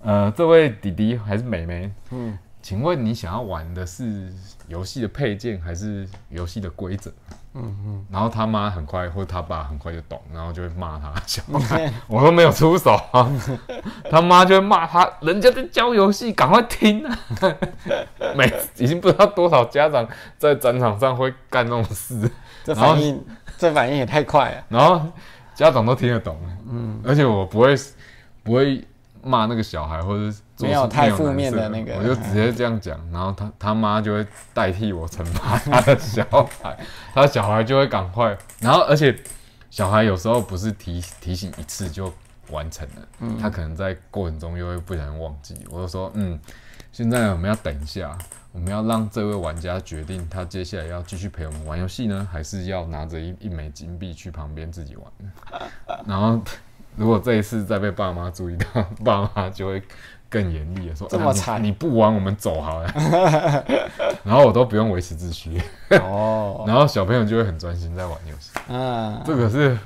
Speaker 2: 呃，这位弟弟还是妹妹，
Speaker 1: 嗯
Speaker 2: 请问你想要玩的是游戏的配件还是游戏的规则？
Speaker 1: 嗯嗯，
Speaker 2: 然后他妈很快或他爸很快就懂，然后就会骂他小
Speaker 1: 你看
Speaker 2: 我都没有出手、啊， 他妈就会骂他，人家在教游戏，赶快 听啊！ 每已经不知道多少家长在展场上会干这种事，
Speaker 1: 这
Speaker 2: 然后
Speaker 1: 反应这反应也太快了，
Speaker 2: 然后家长都听得懂，嗯，而且我不会不会骂那个小孩，或者是做出
Speaker 1: 没有太
Speaker 2: 面有
Speaker 1: 负面的那
Speaker 2: 难色
Speaker 1: 个
Speaker 2: 我就直接这样讲，然后他他妈就会代替我惩罚他 的小孩，他小孩就会赶快，然后而且小孩有时候不是提提醒一次就完成了，
Speaker 1: 嗯
Speaker 2: 他可能在过程中又会不小心忘记，我就说嗯，现在我们要等一下。我们要让这位玩家决定，他接下来要继续陪我们玩游戏呢，还是要拿着一一枚金币去旁边自己玩 呢？然后，如果这一次再被爸妈注意到， 爸妈就会更严厉的说：“
Speaker 1: 这么
Speaker 2: 啊你
Speaker 1: 惨
Speaker 2: 你不玩，我们走好了。” 然后我都不用维持秩序，
Speaker 1: 哦，
Speaker 2: 然后小朋友就会很专心在玩游戏。
Speaker 1: 嗯
Speaker 2: 这个是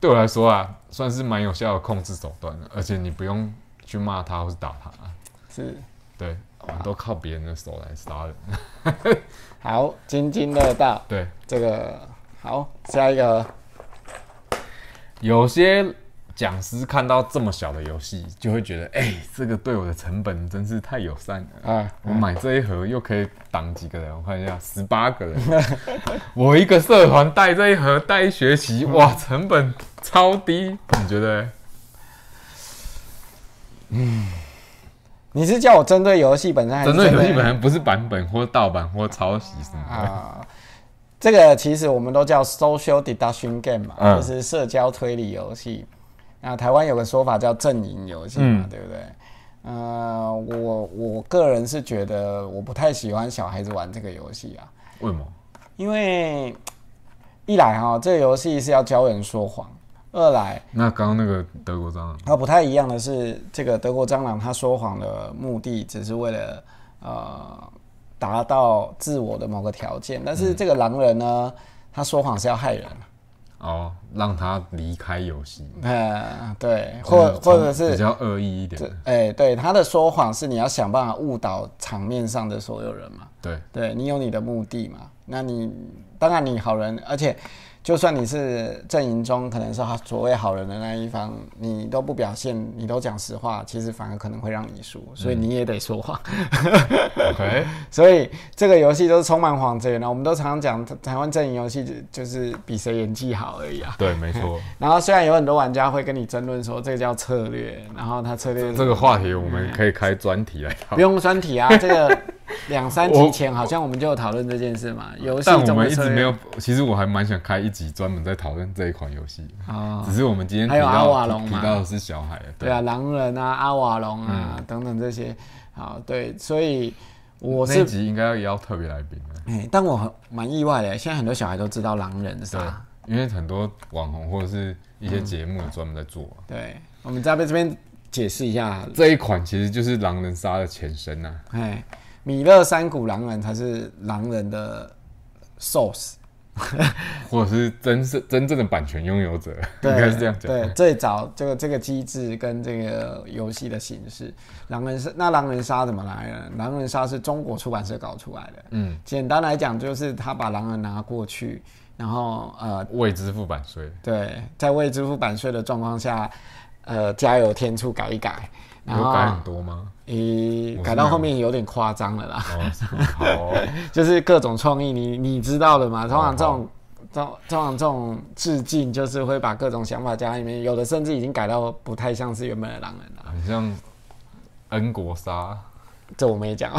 Speaker 2: 对我来说啊，算是蛮有效的控制手段的，而且你不用去骂他或是打他，
Speaker 1: 是。
Speaker 2: 对，我们都靠别人的手来杀人。
Speaker 1: 好，津津乐道。
Speaker 2: 对，
Speaker 1: 这个好，下一个，
Speaker 2: 有些讲师看到这么小的游戏，就会觉得，哎、这个对我的成本真是太友善了。
Speaker 1: 啊，
Speaker 2: 我买这一盒又可以挡几个人？我看一下，十八个人。我一个社团带这一盒带一学期，哇，成本超低。你觉得？
Speaker 1: 你是叫我针对游戏本身还是
Speaker 2: 针对游戏本身不是版本或盗版或抄袭什么的。
Speaker 1: 啊？这个其实我们都叫 social deduction game 嘛，
Speaker 2: 嗯
Speaker 1: 就是社交推理游戏。那台湾有个说法叫阵营游戏嘛，
Speaker 2: 嗯
Speaker 1: 对不对？呃，我我个人是觉得我不太喜欢小孩子玩这个游戏啊，
Speaker 2: 为什么？
Speaker 1: 因为一来哈、这个游戏是要教人说谎；二来
Speaker 2: 那刚刚那个德国蟑螂，
Speaker 1: 那啊不太一样的是，这个德国蟑螂它说谎的目的只是为了呃达到自我的某个条件，但
Speaker 2: 嗯
Speaker 1: 是这个狼人呢，他说谎是要害人，
Speaker 2: 哦，让他离开游戏，
Speaker 1: 呃，对，或
Speaker 2: 嗯
Speaker 1: 或者
Speaker 2: 比
Speaker 1: 是，
Speaker 2: 较恶意一点的，
Speaker 1: 哎、对，他的说谎是你要想办法误导场面上的所有人嘛，
Speaker 2: 对，
Speaker 1: 对你有你的目的嘛，那你当然你好人，而且就算你是阵营中可能是所谓好人的那一方，你都不表现，你都讲实话，其实反而可能会让你输，所以
Speaker 2: 嗯
Speaker 1: 你也得说谎。
Speaker 2: OK，
Speaker 1: 所以这个游戏都是充满谎言的。我们都常常讲台台湾阵营游戏就就是比谁演技好而已啊。
Speaker 2: 对，没错，
Speaker 1: 然后虽然有很多玩家会跟你争论说这个叫策略，然后他策略
Speaker 2: 这个话题我们可以开专题来讨
Speaker 1: 不用专题啊，这个两三
Speaker 2: 我
Speaker 1: 集前好像我们就有讨论这件事嘛。游戏
Speaker 2: 但 我
Speaker 1: 中的
Speaker 2: 们一
Speaker 1: 策略
Speaker 2: 直没有，其实我还蛮想开一集专门在讨论这一款游戏，
Speaker 1: 哦
Speaker 2: 只是我们今天提
Speaker 1: 还有阿瓦
Speaker 2: 到
Speaker 1: 隆
Speaker 2: 提
Speaker 1: 嘛
Speaker 2: 提到的是小孩，
Speaker 1: 对啊，狼人啊、阿瓦隆啊、
Speaker 2: 嗯
Speaker 1: 等等这些，好对，所以我
Speaker 2: 那一
Speaker 1: 是
Speaker 2: 集应该要邀特别来宾了，
Speaker 1: 哎、但我很蛮意外的，现在很多小孩都知道狼人是
Speaker 2: 对啊
Speaker 1: 吧？，
Speaker 2: 因为很多网红或者是一些节目有专门在做啊。
Speaker 1: 对，我们在这边解释一下，
Speaker 2: 这一款其实就是狼人杀的前身呐、啊，
Speaker 1: 哎，米勒山谷狼人才是狼人的 source，
Speaker 2: 或者是真是真正的版权拥有者，应
Speaker 1: 对，
Speaker 2: 该是这样讲。哎
Speaker 1: 对，最早这个这个机制跟这个游戏的形式，狼人杀那狼人杀怎么来呢？狼人杀是中国出版社搞出来的。
Speaker 2: 嗯，
Speaker 1: 简单来讲，就是他把狼人拿过去，然后呃，
Speaker 2: 未支付版税，
Speaker 1: 对，在未支付版税的状况下，呃，加油添醋改一改，然
Speaker 2: 有改
Speaker 1: 后
Speaker 2: 很多吗？
Speaker 1: 咦、
Speaker 2: 我是
Speaker 1: 改
Speaker 2: 没
Speaker 1: 到
Speaker 2: 有
Speaker 1: 后面有点夸张了啦。
Speaker 2: 哦，是好哦，
Speaker 1: 就是各种创意，你你知道的嘛？通常这
Speaker 2: 好
Speaker 1: 种，通通常这种致敬，就是会把各种想法加在里面，有的甚至已经改到不太像是原本的狼人了。
Speaker 2: 很像恩国杀，
Speaker 1: 这我们也讲。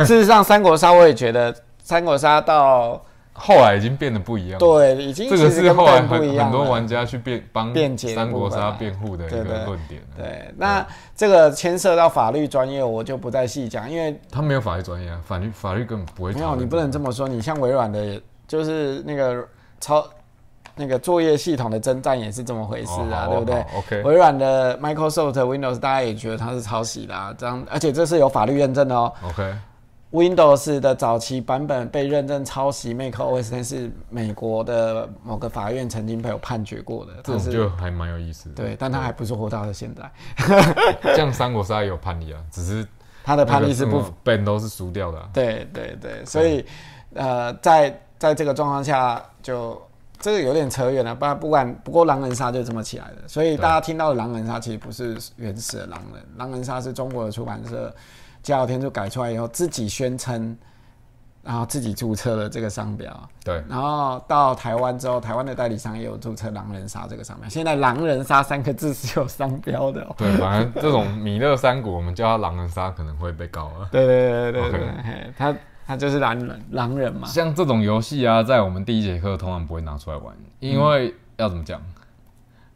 Speaker 1: 事实上，三国杀我也觉得，三国杀到
Speaker 2: 后来已经变得不一样。，
Speaker 1: 对已经
Speaker 2: 这个
Speaker 1: 其实
Speaker 2: 是
Speaker 1: 跟
Speaker 2: 后来
Speaker 1: 本不
Speaker 2: 很
Speaker 1: 一样
Speaker 2: 很多
Speaker 1: 了
Speaker 2: 玩家去辩帮
Speaker 1: 辩解的
Speaker 2: 三国
Speaker 1: 部
Speaker 2: 杀
Speaker 1: 分啊
Speaker 2: 辩护的一
Speaker 1: 对
Speaker 2: 个
Speaker 1: 对
Speaker 2: 论点啊。
Speaker 1: 对，那这个牵涉到法律专业，我就不再细讲，因为
Speaker 2: 他没有法律专业啊，法律法律根本不会
Speaker 1: 没
Speaker 2: 讨
Speaker 1: 有
Speaker 2: 论。
Speaker 1: 你不能这么说。你像微软的，就是那个超那个作业系统的征战也是这么回事啊，
Speaker 2: 哦
Speaker 1: 对不对？
Speaker 2: ？OK，
Speaker 1: 微软的 Microsoft Windows 大家也觉得它是抄袭的、啊，这样，而且这是有法律认证的哦。
Speaker 2: OK，
Speaker 1: Windows 的早期版本被认证抄袭 macOS，但是美国的某个法院曾经被有判决过的，
Speaker 2: 这
Speaker 1: 它
Speaker 2: 种
Speaker 1: 是
Speaker 2: 哦就嗯还蛮有意思的。
Speaker 1: 对，但它还不是活到了现在，
Speaker 2: 这样三国杀也有判例啊，只是
Speaker 1: 它的判例是不，
Speaker 2: 本都是输掉的啊、
Speaker 1: 对对对，所以呃，在在这个状况下就。这个有点扯远了，不然不管不过狼人杀就这么起来的，所以大家听到的狼人杀其实不是原始的狼人，狼人杀是中国的出版社加有天就改出来以后自己宣称，然后自己注册了这个商标，
Speaker 2: 对，
Speaker 1: 然后到台湾之后，台湾的代理商也有注册“狼人杀”这个商标。现在“狼人杀”三个字是有商标的、哦。
Speaker 2: 对，反正这种米勒三国，我们叫他狼人杀可能会被告啊。
Speaker 1: 对对对对对
Speaker 2: OK
Speaker 1: 对，嘿他他就是狼人，狼人嘛。
Speaker 2: 像这种游戏啊，在我们第一节课通常不会拿出来玩，因为、要怎么讲，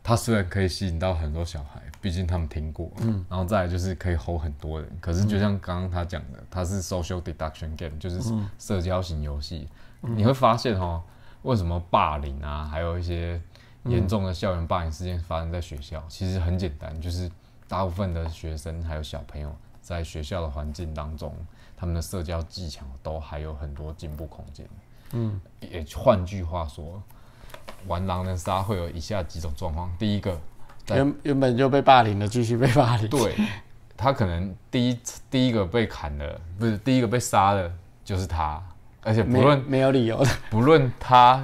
Speaker 2: 它虽然可以吸引到很多小孩，毕竟他们听过，嗯，然后再来就是可以吼很多人，可是就像刚刚他讲的，它是 social deduction game，就是社交型游戏，你会发现哦，为什么霸凌啊，还有一些严重的校园霸凌事件发生在学校，其实很简单，就是大部分的学生还有小朋友在学校的环境当中，他们的社交技巧都还有很多进步空间。嗯，也换句话说，玩狼人杀会有以下几种状况：第一个，在
Speaker 1: 原原本就被霸凌的，继续被霸凌。
Speaker 2: 对他可能第一第一个被砍的，不是第一个被杀的，就是他，而且不
Speaker 1: 没
Speaker 2: 论
Speaker 1: 没有理由的。
Speaker 2: 不论他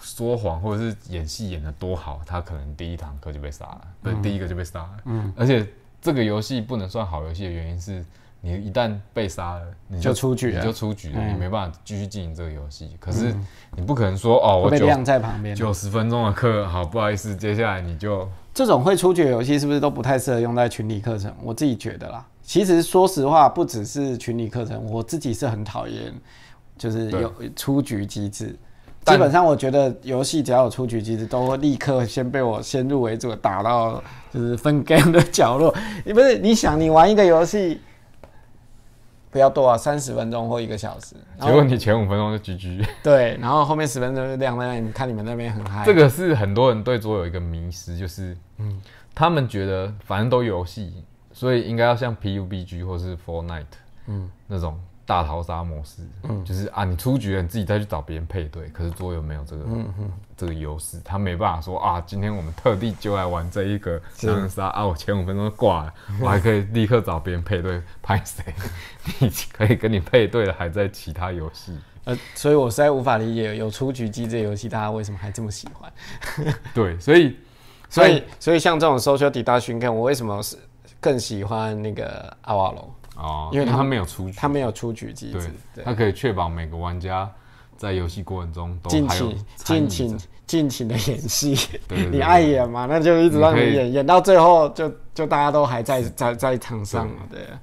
Speaker 2: 说谎或者是演戏演得多好，他可能第一堂课就被杀了，
Speaker 1: 嗯
Speaker 2: 不是、第一个就被杀了。嗯，而且这个游戏不能算好游戏的原因是，你一旦被杀了，你
Speaker 1: 就出局了
Speaker 2: 你就出局了，
Speaker 1: 嗯
Speaker 2: 你没办法继续经营这个游戏。可是你不可能说哦，
Speaker 1: 会
Speaker 2: 我
Speaker 1: 被
Speaker 2: 九
Speaker 1: 晾在旁边。
Speaker 2: 九十分钟的课，好不好意思，接下来你就
Speaker 1: 这种会出局的游戏是不是都不太适合用在群体课程？我自己觉得啦。其实说实话，不只是群体课程，我自己是很讨厌，就是
Speaker 2: 对
Speaker 1: 有出局机制。
Speaker 2: 但
Speaker 1: 基本上，我觉得游戏只要有出局机制，都会立刻先被我先入为主地打到就是分 game 的角落。 你不是你想，你玩一个游戏不要多啊，三十分钟或一个小时，然
Speaker 2: 结
Speaker 1: 后
Speaker 2: 果你前五分钟就 GG。
Speaker 1: 对，然后后面十分钟就晾在那里，你看你们那边很嗨。
Speaker 2: 这个是很多人对桌有一个迷失，就是嗯，他们觉得反正都游戏，所以应该要像 PUBG 或是 Fortnite，嗯，那种大逃杀模式，嗯，就是啊，你出局了，你自己再去找别人配对。可是桌游没有这个，嗯这个优势，他没办法说啊，今天我们特地就来玩这一个狼人杀啊，我前五分钟就挂 了，我还可以立刻找别人配对，拍谁？ 你可以跟你配对的还在其他游戏，
Speaker 1: 呃，所以我实在无法理解有出局机这游戏，大家为什么还这么喜欢？
Speaker 2: 对，所以
Speaker 1: 所以所以像这种 social deduction game，我为什么是更喜欢那个阿瓦隆？
Speaker 2: 哦，
Speaker 1: 因为他
Speaker 2: 没有出局
Speaker 1: 它，没有出局机制，
Speaker 2: 对，
Speaker 1: 对，
Speaker 2: 他可以确保每个玩家在游戏过程中都
Speaker 1: 尽
Speaker 2: 还有
Speaker 1: 情
Speaker 2: 参与
Speaker 1: 尽
Speaker 2: 者
Speaker 1: 情尽情的演戏，
Speaker 2: 对对
Speaker 1: 你爱演嘛，那就一直让你
Speaker 2: 你可以
Speaker 1: 演，演到最后就就大家都还在在在场上了，对啊，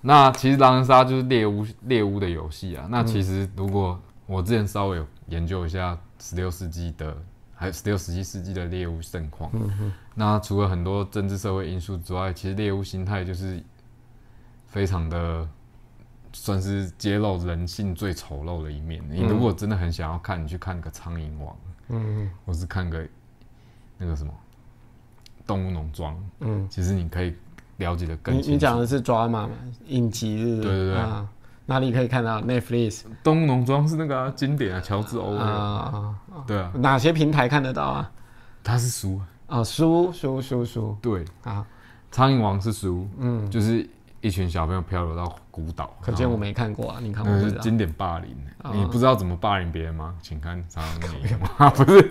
Speaker 2: 那其实狼人杀就是猎巫猎巫的游戏啊。
Speaker 1: 嗯
Speaker 2: 那其实如果我之前稍微有研究一下十六世纪的，还有十六、十七世纪的猎巫盛况，
Speaker 1: 嗯
Speaker 2: 那除了很多政治社会因素之外，其实猎巫心态就是非常的。算是揭露人性最丑陋的一面。你如果真的很想要看，你去看个《苍蝇王》，
Speaker 1: 嗯
Speaker 2: 或是看个那个什么《动物农庄》，
Speaker 1: 嗯，
Speaker 2: 其实你可以了解的更
Speaker 1: 你
Speaker 2: 清楚。
Speaker 1: 你讲的是 drama 嘛，影集日，
Speaker 2: 对对对
Speaker 1: 啊，哪里可以看到 Netflix
Speaker 2: 东农庄是那个、啊、经典啊，乔治欧威
Speaker 1: 啊
Speaker 2: 尔、
Speaker 1: 啊，啊
Speaker 2: 对啊，
Speaker 1: 哪些平台看得到啊？
Speaker 2: 他是书，
Speaker 1: 哦，书书书书
Speaker 2: 对，
Speaker 1: 啊，
Speaker 2: 苍蝇王是书，嗯，就是一群小朋友漂流到孤岛，
Speaker 1: 可见我没看过啊，你看
Speaker 2: 然
Speaker 1: 我不
Speaker 2: 后那个
Speaker 1: 知
Speaker 2: 是
Speaker 1: 道。
Speaker 2: 经典霸凌、
Speaker 1: 哦
Speaker 2: 你不知道怎么霸凌别人吗？请看苍蝇王，不是，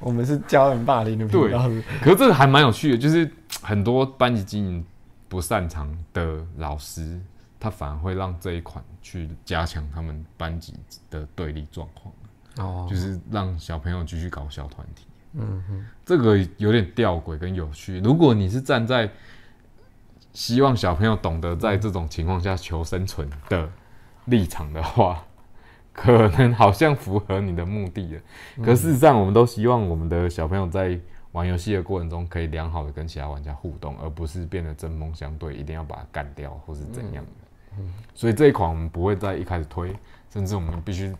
Speaker 1: 我们是教人霸凌的频
Speaker 2: 对
Speaker 1: 道，是不是
Speaker 2: 可是这个还蛮有趣的，就是很多班级经营不擅长的老师，他反而会让这一款去加强他们班级的对立状况。
Speaker 1: 哦，
Speaker 2: 就是让小朋友继续搞小团体。嗯哼，这个有点吊诡跟有趣。如果你是站在希望小朋友懂得在这种情况下求生存的立场的话，可能好像符合你的目的了。可事实上，我们都希望我们的小朋友在玩游戏的过程中可以良好的跟其他玩家互动，而不是变得针锋相对，一定要把它干掉或是怎样的。所以这一款我们不会在一开始推，甚至我们必须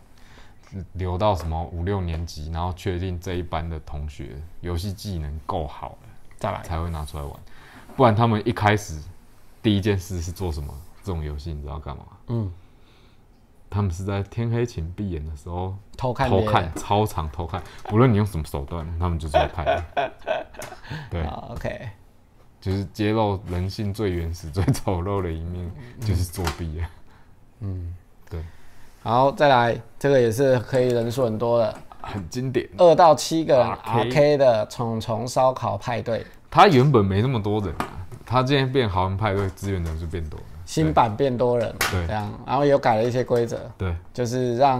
Speaker 2: 留到什么五六年级，然后确定这一班的同学游戏技能够好了，
Speaker 1: 再来，
Speaker 2: 才会拿出来玩。不然他们一开始第一件事是做什么？这种游戏你知道干嘛？
Speaker 1: 嗯，
Speaker 2: 他们是在天黑请闭眼的时 候
Speaker 1: 偷看
Speaker 2: 偷
Speaker 1: 别人
Speaker 2: 看，超长偷看，不论你用什么手段，他们就是会看。对，
Speaker 1: 啊，OK，
Speaker 2: 就是揭露人性最原始、最丑陋的一面，就是作弊啊。
Speaker 1: 然后再来，这个也是可以人数很多的，
Speaker 2: 很经典。
Speaker 1: 二到七个人
Speaker 2: RK
Speaker 1: RK 的虫虫烧烤派对，
Speaker 2: 他原本没那么多人啊，他今天变豪门派对，资源人数变多了。
Speaker 1: 新版变多人，
Speaker 2: 对
Speaker 1: 这样，然后有改了一些规则，
Speaker 2: 对，
Speaker 1: 就是让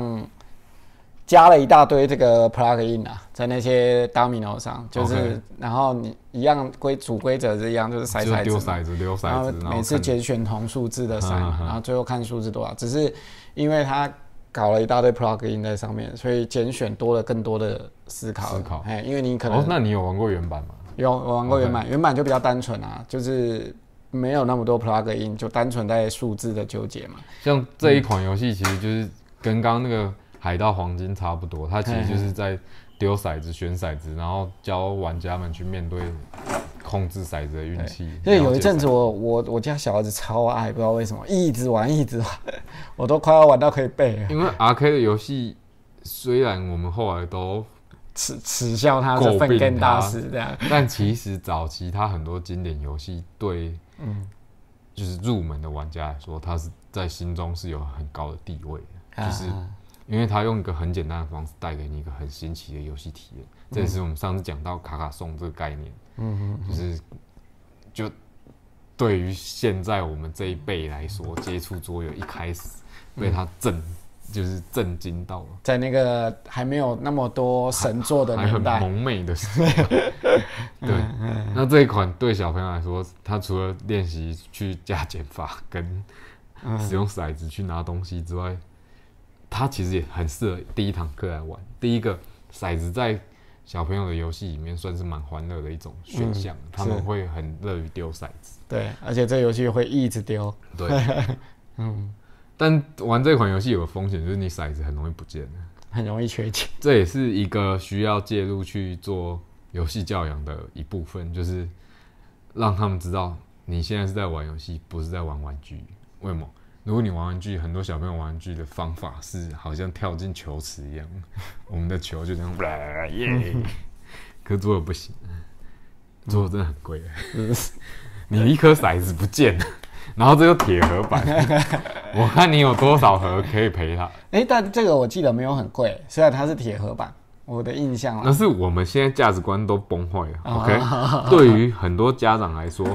Speaker 1: 加了一大堆这个 plug in 啊，在那些 domino 上，就是然后你一样规主规则是一样，就是筛
Speaker 2: 就
Speaker 1: 骰
Speaker 2: 是
Speaker 1: 子
Speaker 2: 丢
Speaker 1: 嘛，
Speaker 2: 骰子，
Speaker 1: 然
Speaker 2: 丢骰
Speaker 1: 后
Speaker 2: 子，然后
Speaker 1: 每次
Speaker 2: 看
Speaker 1: 节选同数字的筛
Speaker 2: 嗯
Speaker 1: 嘛
Speaker 2: 嗯，嗯
Speaker 1: 然后最后看数字多少。只是因为他搞了一大堆 plugin 在上面，所以拣选多了更多的思考。
Speaker 2: 思考
Speaker 1: 哎，因为你可
Speaker 2: 哦，
Speaker 1: 能
Speaker 2: 那你有玩过原版吗？
Speaker 1: 有我玩过原版，原版就比较单纯啊，就是没有那么多 plugin，就单纯在数字的纠结嘛。
Speaker 2: 像
Speaker 1: 嗯
Speaker 2: 这一款游戏其实就是跟刚刚那个海盗黄金差不多，它其实就是在丢骰子、选骰子，然后教玩家们去面对控制骰子的运气。
Speaker 1: 因为有一
Speaker 2: 了解
Speaker 1: 阵子
Speaker 2: 骰
Speaker 1: 我我我家小孩子超爱，不知道为什么一直玩一直玩， 我都快要玩到可以背了
Speaker 2: 子，因为 R K 的游戏虽然我们后来都，
Speaker 1: 耻耻笑他是
Speaker 2: 诟
Speaker 1: 粪
Speaker 2: 病
Speaker 1: 便大
Speaker 2: 他
Speaker 1: 师这样。
Speaker 2: 但其实早期它很多经典游戏对，就是入门的玩家来说，它是在心中是有很高的地位的。就是
Speaker 1: 啊
Speaker 2: 因为他用一个很简单的方式带给你一个很新奇的游戏体验。这也是我们上次讲到卡卡颂这个概念，嗯就是就对于现在我们这一辈来说，接触桌游一开始被他震，就是震惊到了。
Speaker 1: 在那个还没有那么多神作的
Speaker 2: 还很
Speaker 1: 年代，嗯
Speaker 2: 萌妹的 时候，对，那这一款对小朋友来说，他除了练习去加减法跟
Speaker 1: 嗯
Speaker 2: 使用骰子去拿东西之外，他其实也很适合第一堂课来玩。第一个，骰子在小朋友的游戏里面算是蛮欢乐的一种选项，他们
Speaker 1: 是
Speaker 2: 会很乐于丢骰 子。
Speaker 1: 对，而且这游戏会一直丢，
Speaker 2: 对，嗯，但玩这款游戏有个风险，就是你骰子很容易不见了。
Speaker 1: 很容易缺钱。
Speaker 2: 这也是一个需要介入去做游戏教养的一部分，就是让他们知道你现在是在玩游戏，不是在玩玩具。为什么？如果你玩玩具，很多小朋友玩玩具的方法是好像跳进球池一样，我们的球就这样耶，可桌游不行，桌游真的很贵， 你一颗骰子不见了，然后这个铁盒板，我看你有多少盒可以赔他。
Speaker 1: 哎、但这个我记得没有很贵，虽然它是铁盒版，我的印象
Speaker 2: 那
Speaker 1: 啦。
Speaker 2: 是我们现在价值观都崩坏了。
Speaker 1: 哦
Speaker 2: OK，对于很多家长来说，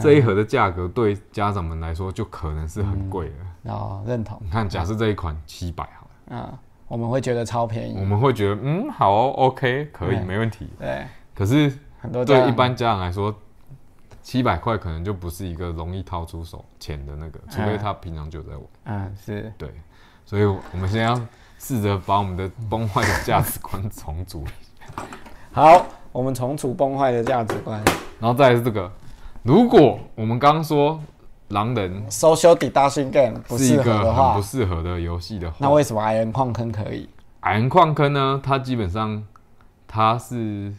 Speaker 2: 这一盒的价格对家长们来说就可能是很贵了。
Speaker 1: 然后认同
Speaker 2: 你看，假设这一款七百好了，
Speaker 1: 啊、我们会觉得超便
Speaker 2: 我
Speaker 1: 宜。
Speaker 2: 们会觉得嗯好哦，OK，可以，
Speaker 1: 嗯啊
Speaker 2: 没问题。
Speaker 1: 对，
Speaker 2: 可是
Speaker 1: 很多家
Speaker 2: 对
Speaker 1: 长
Speaker 2: 一般家长来说，七百块可能就不是一个容易掏出手钱的那个，除非他平常就有在玩。
Speaker 1: 嗯是
Speaker 2: 对，所以我们现在要试着把我们的崩坏的价值观重组
Speaker 1: 好，我们重组崩坏的价值观
Speaker 2: 然后再来是这个，如果我们刚刚说狼人
Speaker 1: ，social deduction game 不
Speaker 2: 是一
Speaker 1: 适合
Speaker 2: 个
Speaker 1: 的
Speaker 2: 很
Speaker 1: 话
Speaker 2: 不，适合的游戏的
Speaker 1: 那
Speaker 2: 话，
Speaker 1: 为什么 IM 矿坑可以？
Speaker 2: 矮人矿坑呢，它基本上它是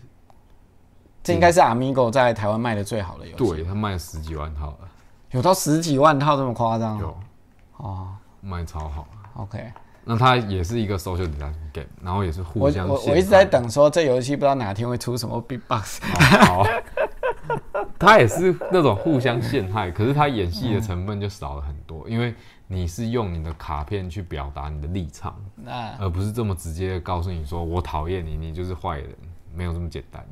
Speaker 1: 这应该是 Amigo 在台湾卖的最好的游戏，
Speaker 2: 对它卖了十几万套了，
Speaker 1: 有到十几万套这么夸张？
Speaker 2: 有
Speaker 1: 哦
Speaker 2: 卖超好。
Speaker 1: ，OK，
Speaker 2: 那它也是一个 social deduction game，然后也是
Speaker 1: 我
Speaker 2: 互相
Speaker 1: 我
Speaker 2: 陷
Speaker 1: 我一直在
Speaker 2: 害
Speaker 1: 等说这游戏不知道哪天会出什么 Big Box，
Speaker 2: 好，他也是那种互相陷害，可是他演戏的成分就少了很多，因为你是用你的卡片去表达你的立场，
Speaker 1: 那
Speaker 2: 而不是这么直接的告诉你说我讨厌你，你就是坏人，没有这么简单。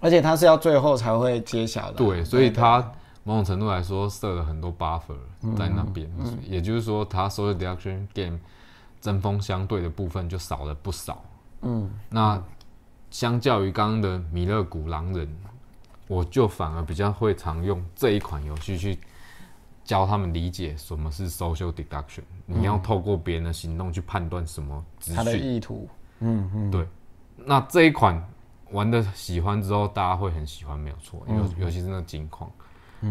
Speaker 1: 而且它是要最后才会揭晓的，啊
Speaker 2: 对，啊嗯所以他某种程度来说设了很多 buffer 在那边，也就是说，他 social deduction game 针锋相对的部分就少了不少。
Speaker 1: 嗯，
Speaker 2: 那相较于刚刚的米勒古狼人，我就反而比较会常用这一款游戏去教他们理解什么是 social deduction。你要透过别人的行动去判断什么资
Speaker 1: 它的
Speaker 2: 讯。
Speaker 1: 意图，嗯嗯，
Speaker 2: 对，那这一款玩的喜欢之后，大家会很喜欢，没有错，
Speaker 1: 嗯
Speaker 2: 尤、尤其是那个金矿，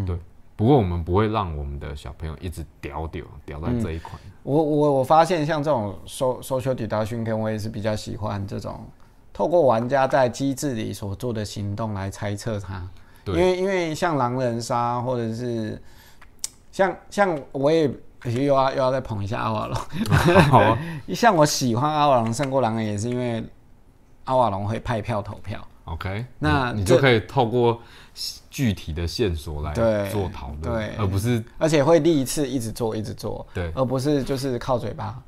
Speaker 2: 对。不过我们不会让我们的小朋友一直屌屌屌
Speaker 1: 嗯
Speaker 2: 在这 一款，
Speaker 1: 我我我发现像这种 so social deduction game，我也是比较喜欢这种透过玩家在机制里所做的行动来猜测它。因
Speaker 2: 对
Speaker 1: 为因为像狼人杀或者是像像我也又要又要再捧一下阿瓦隆，
Speaker 2: 好啊，
Speaker 1: 像我喜欢阿瓦隆胜过狼人，也是因为阿瓦隆会派票投票。
Speaker 2: OK，
Speaker 1: 那
Speaker 2: 你你
Speaker 1: 这
Speaker 2: 就可以透过具体的线索来
Speaker 1: 对
Speaker 2: 做讨
Speaker 1: 对
Speaker 2: 论，而不是
Speaker 1: 而且会历次一直做一直做，
Speaker 2: 对
Speaker 1: 而不是就是靠嘴巴、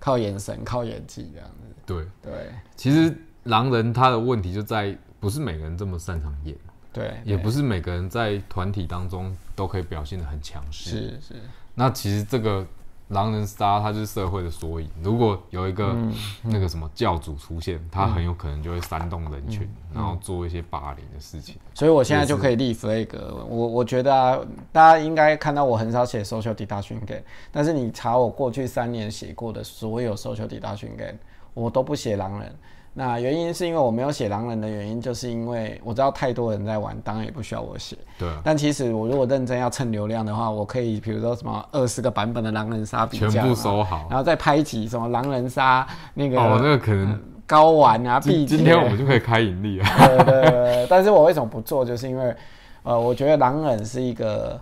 Speaker 1: 靠眼神、靠演技这样子。
Speaker 2: 对。
Speaker 1: 对
Speaker 2: 其实狼人他的问题就在不是每个人这么擅长演，
Speaker 1: 对，
Speaker 2: 也不是每个人在团体当中都可以表现的很强势。
Speaker 1: 是是，
Speaker 2: 那其实这个狼人杀它就是社会的缩影。如果有一个
Speaker 1: 嗯
Speaker 2: 那个什么教主出现，他很有可能就会煽动人群，
Speaker 1: 嗯
Speaker 2: 然后做一些霸凌的事情。
Speaker 1: 所以我现在就可以立 flag 了。我我觉得啊，大家应该看到我很少写 social deduction game，但是你查我过去三年写过的所有 social deduction game，我都不写狼人。那原因是因为我没有写狼人的原因，就是因为我知道太多人在玩，当然也不需要我写。
Speaker 2: 对啊，
Speaker 1: 但其实我如果认真要蹭流量的话，我可以比如说什么二十个版本的狼人杀比较
Speaker 2: 全
Speaker 1: 嘛，
Speaker 2: 部收好。
Speaker 1: 然后再拍集什么狼人杀那个、嗯
Speaker 2: 哦，那个可能
Speaker 1: 高玩啊，
Speaker 2: 今
Speaker 1: 必
Speaker 2: 今
Speaker 1: 解
Speaker 2: 天我们就可以开盈 利啊。
Speaker 1: 对对对，但是我为什么不做，就是因为，呃，我觉得狼人是一个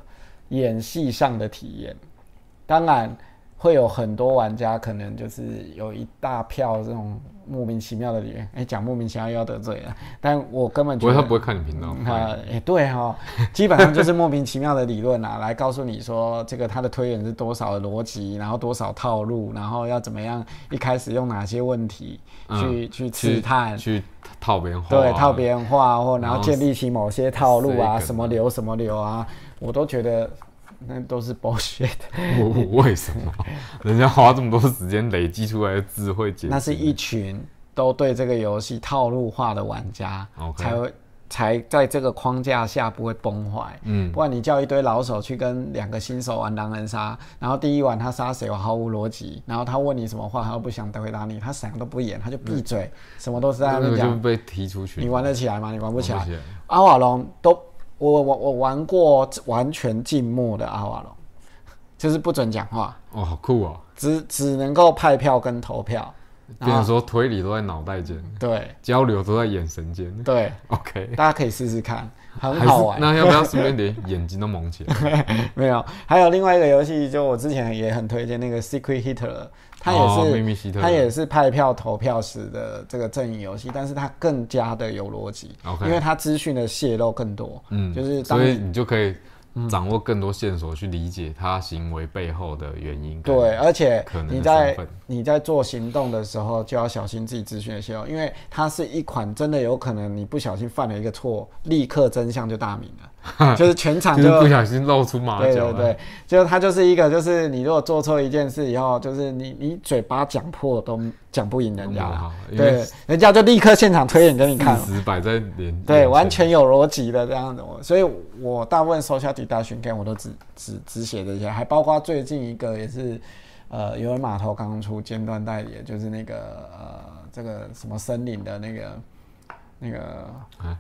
Speaker 1: 演戏上的体验，当然会有很多玩家可能就是有一大票这种莫名其妙的理由，哎、讲莫名其妙又要得罪了，但我根本
Speaker 2: 不
Speaker 1: 觉
Speaker 2: 会，
Speaker 1: 得
Speaker 2: 他不会看你频道。
Speaker 1: 啊，也、对哈、哦，基本上就是莫名其妙的理论啊，来告诉你说这个它的推演是多少的逻辑，然后多少套路，然后要怎么样一开始用哪些问题去、
Speaker 2: 嗯
Speaker 1: 去刺探，
Speaker 2: 去套别人话，
Speaker 1: 啊
Speaker 2: 啊
Speaker 1: 对，套别人话或然
Speaker 2: 然
Speaker 1: 后
Speaker 2: 后
Speaker 1: 建立起某些套路啊，
Speaker 2: 谁
Speaker 1: 什么流什么流啊，我都觉得那都是 bullshit，
Speaker 2: 我我为什么？人家花这么多时间累积出来的智慧解析，
Speaker 1: 那是一群都对这个游戏套路化的玩家
Speaker 2: OK
Speaker 1: 才会才在这个框架下不会崩坏。
Speaker 2: 嗯
Speaker 1: 不然你叫一堆老手去跟两个新手玩狼人杀，然后第一晚他杀谁，我毫无逻辑，然后他问你什么话，他都不想回答你，他什么都不演，他就闭嘴，什么都是在那
Speaker 2: 那
Speaker 1: 边
Speaker 2: 个就
Speaker 1: 讲。
Speaker 2: 被踢出去。
Speaker 1: 你玩得起来吗？你玩不起来
Speaker 2: 玩不起来。
Speaker 1: 阿瓦隆都，我我我玩过完全静默的阿瓦隆，就是不准讲话，
Speaker 2: 哦，好酷哦！
Speaker 1: 只只能够派票跟投票。
Speaker 2: 变成说推理都在脑袋间，
Speaker 1: 对
Speaker 2: 交流都在眼神间。
Speaker 1: 对，
Speaker 2: OK，
Speaker 1: 大家可以试试看。很
Speaker 2: 还
Speaker 1: 好
Speaker 2: 是
Speaker 1: 玩。
Speaker 2: 那要不要顺便连眼睛都 蒙起来？
Speaker 1: 没有，还有另外一个游戏，就我之前也很推荐那个 Secret Hitler，它也
Speaker 2: 哦
Speaker 1: 是、
Speaker 2: 秘密希特勒
Speaker 1: 它也是派票投票时的这个阵营游戏，但是它更加的有逻辑
Speaker 2: OK
Speaker 1: 因为它资讯的泄露更多，
Speaker 2: 嗯，
Speaker 1: 就是当嗯
Speaker 2: 所以
Speaker 1: 你
Speaker 2: 你就可以掌握更多线索，去理解他行为背后的原因跟。
Speaker 1: 对，而且
Speaker 2: 可能的
Speaker 1: 你在
Speaker 2: 身份
Speaker 1: 你在做行动的时候就要小心自己资讯的泄露，因为它是一款真的有可能你不小心犯了一个错，立刻真相就大明 了，就是全场
Speaker 2: 就是
Speaker 1: 就
Speaker 2: 不小心露出马
Speaker 1: 对
Speaker 2: 脚啊
Speaker 1: 对
Speaker 2: 了。
Speaker 1: 对，就是它就是一个，就是你如果做错一件事以后，就是你你嘴巴讲破都讲不赢人家啦，
Speaker 2: 都没有好因为
Speaker 1: 对，人家就立刻现场推演给你看，
Speaker 2: 事实摆在脸，
Speaker 1: 对，
Speaker 2: 眼
Speaker 1: 完
Speaker 2: 前
Speaker 1: 全有逻辑的这样子。我所以，我大部分 social deduction game 我都只只只写这些，还包括最近一个也是，呃，有人码头刚刚出尖端代理的，就是那个呃这个什么森林的那个那个
Speaker 2: 啊，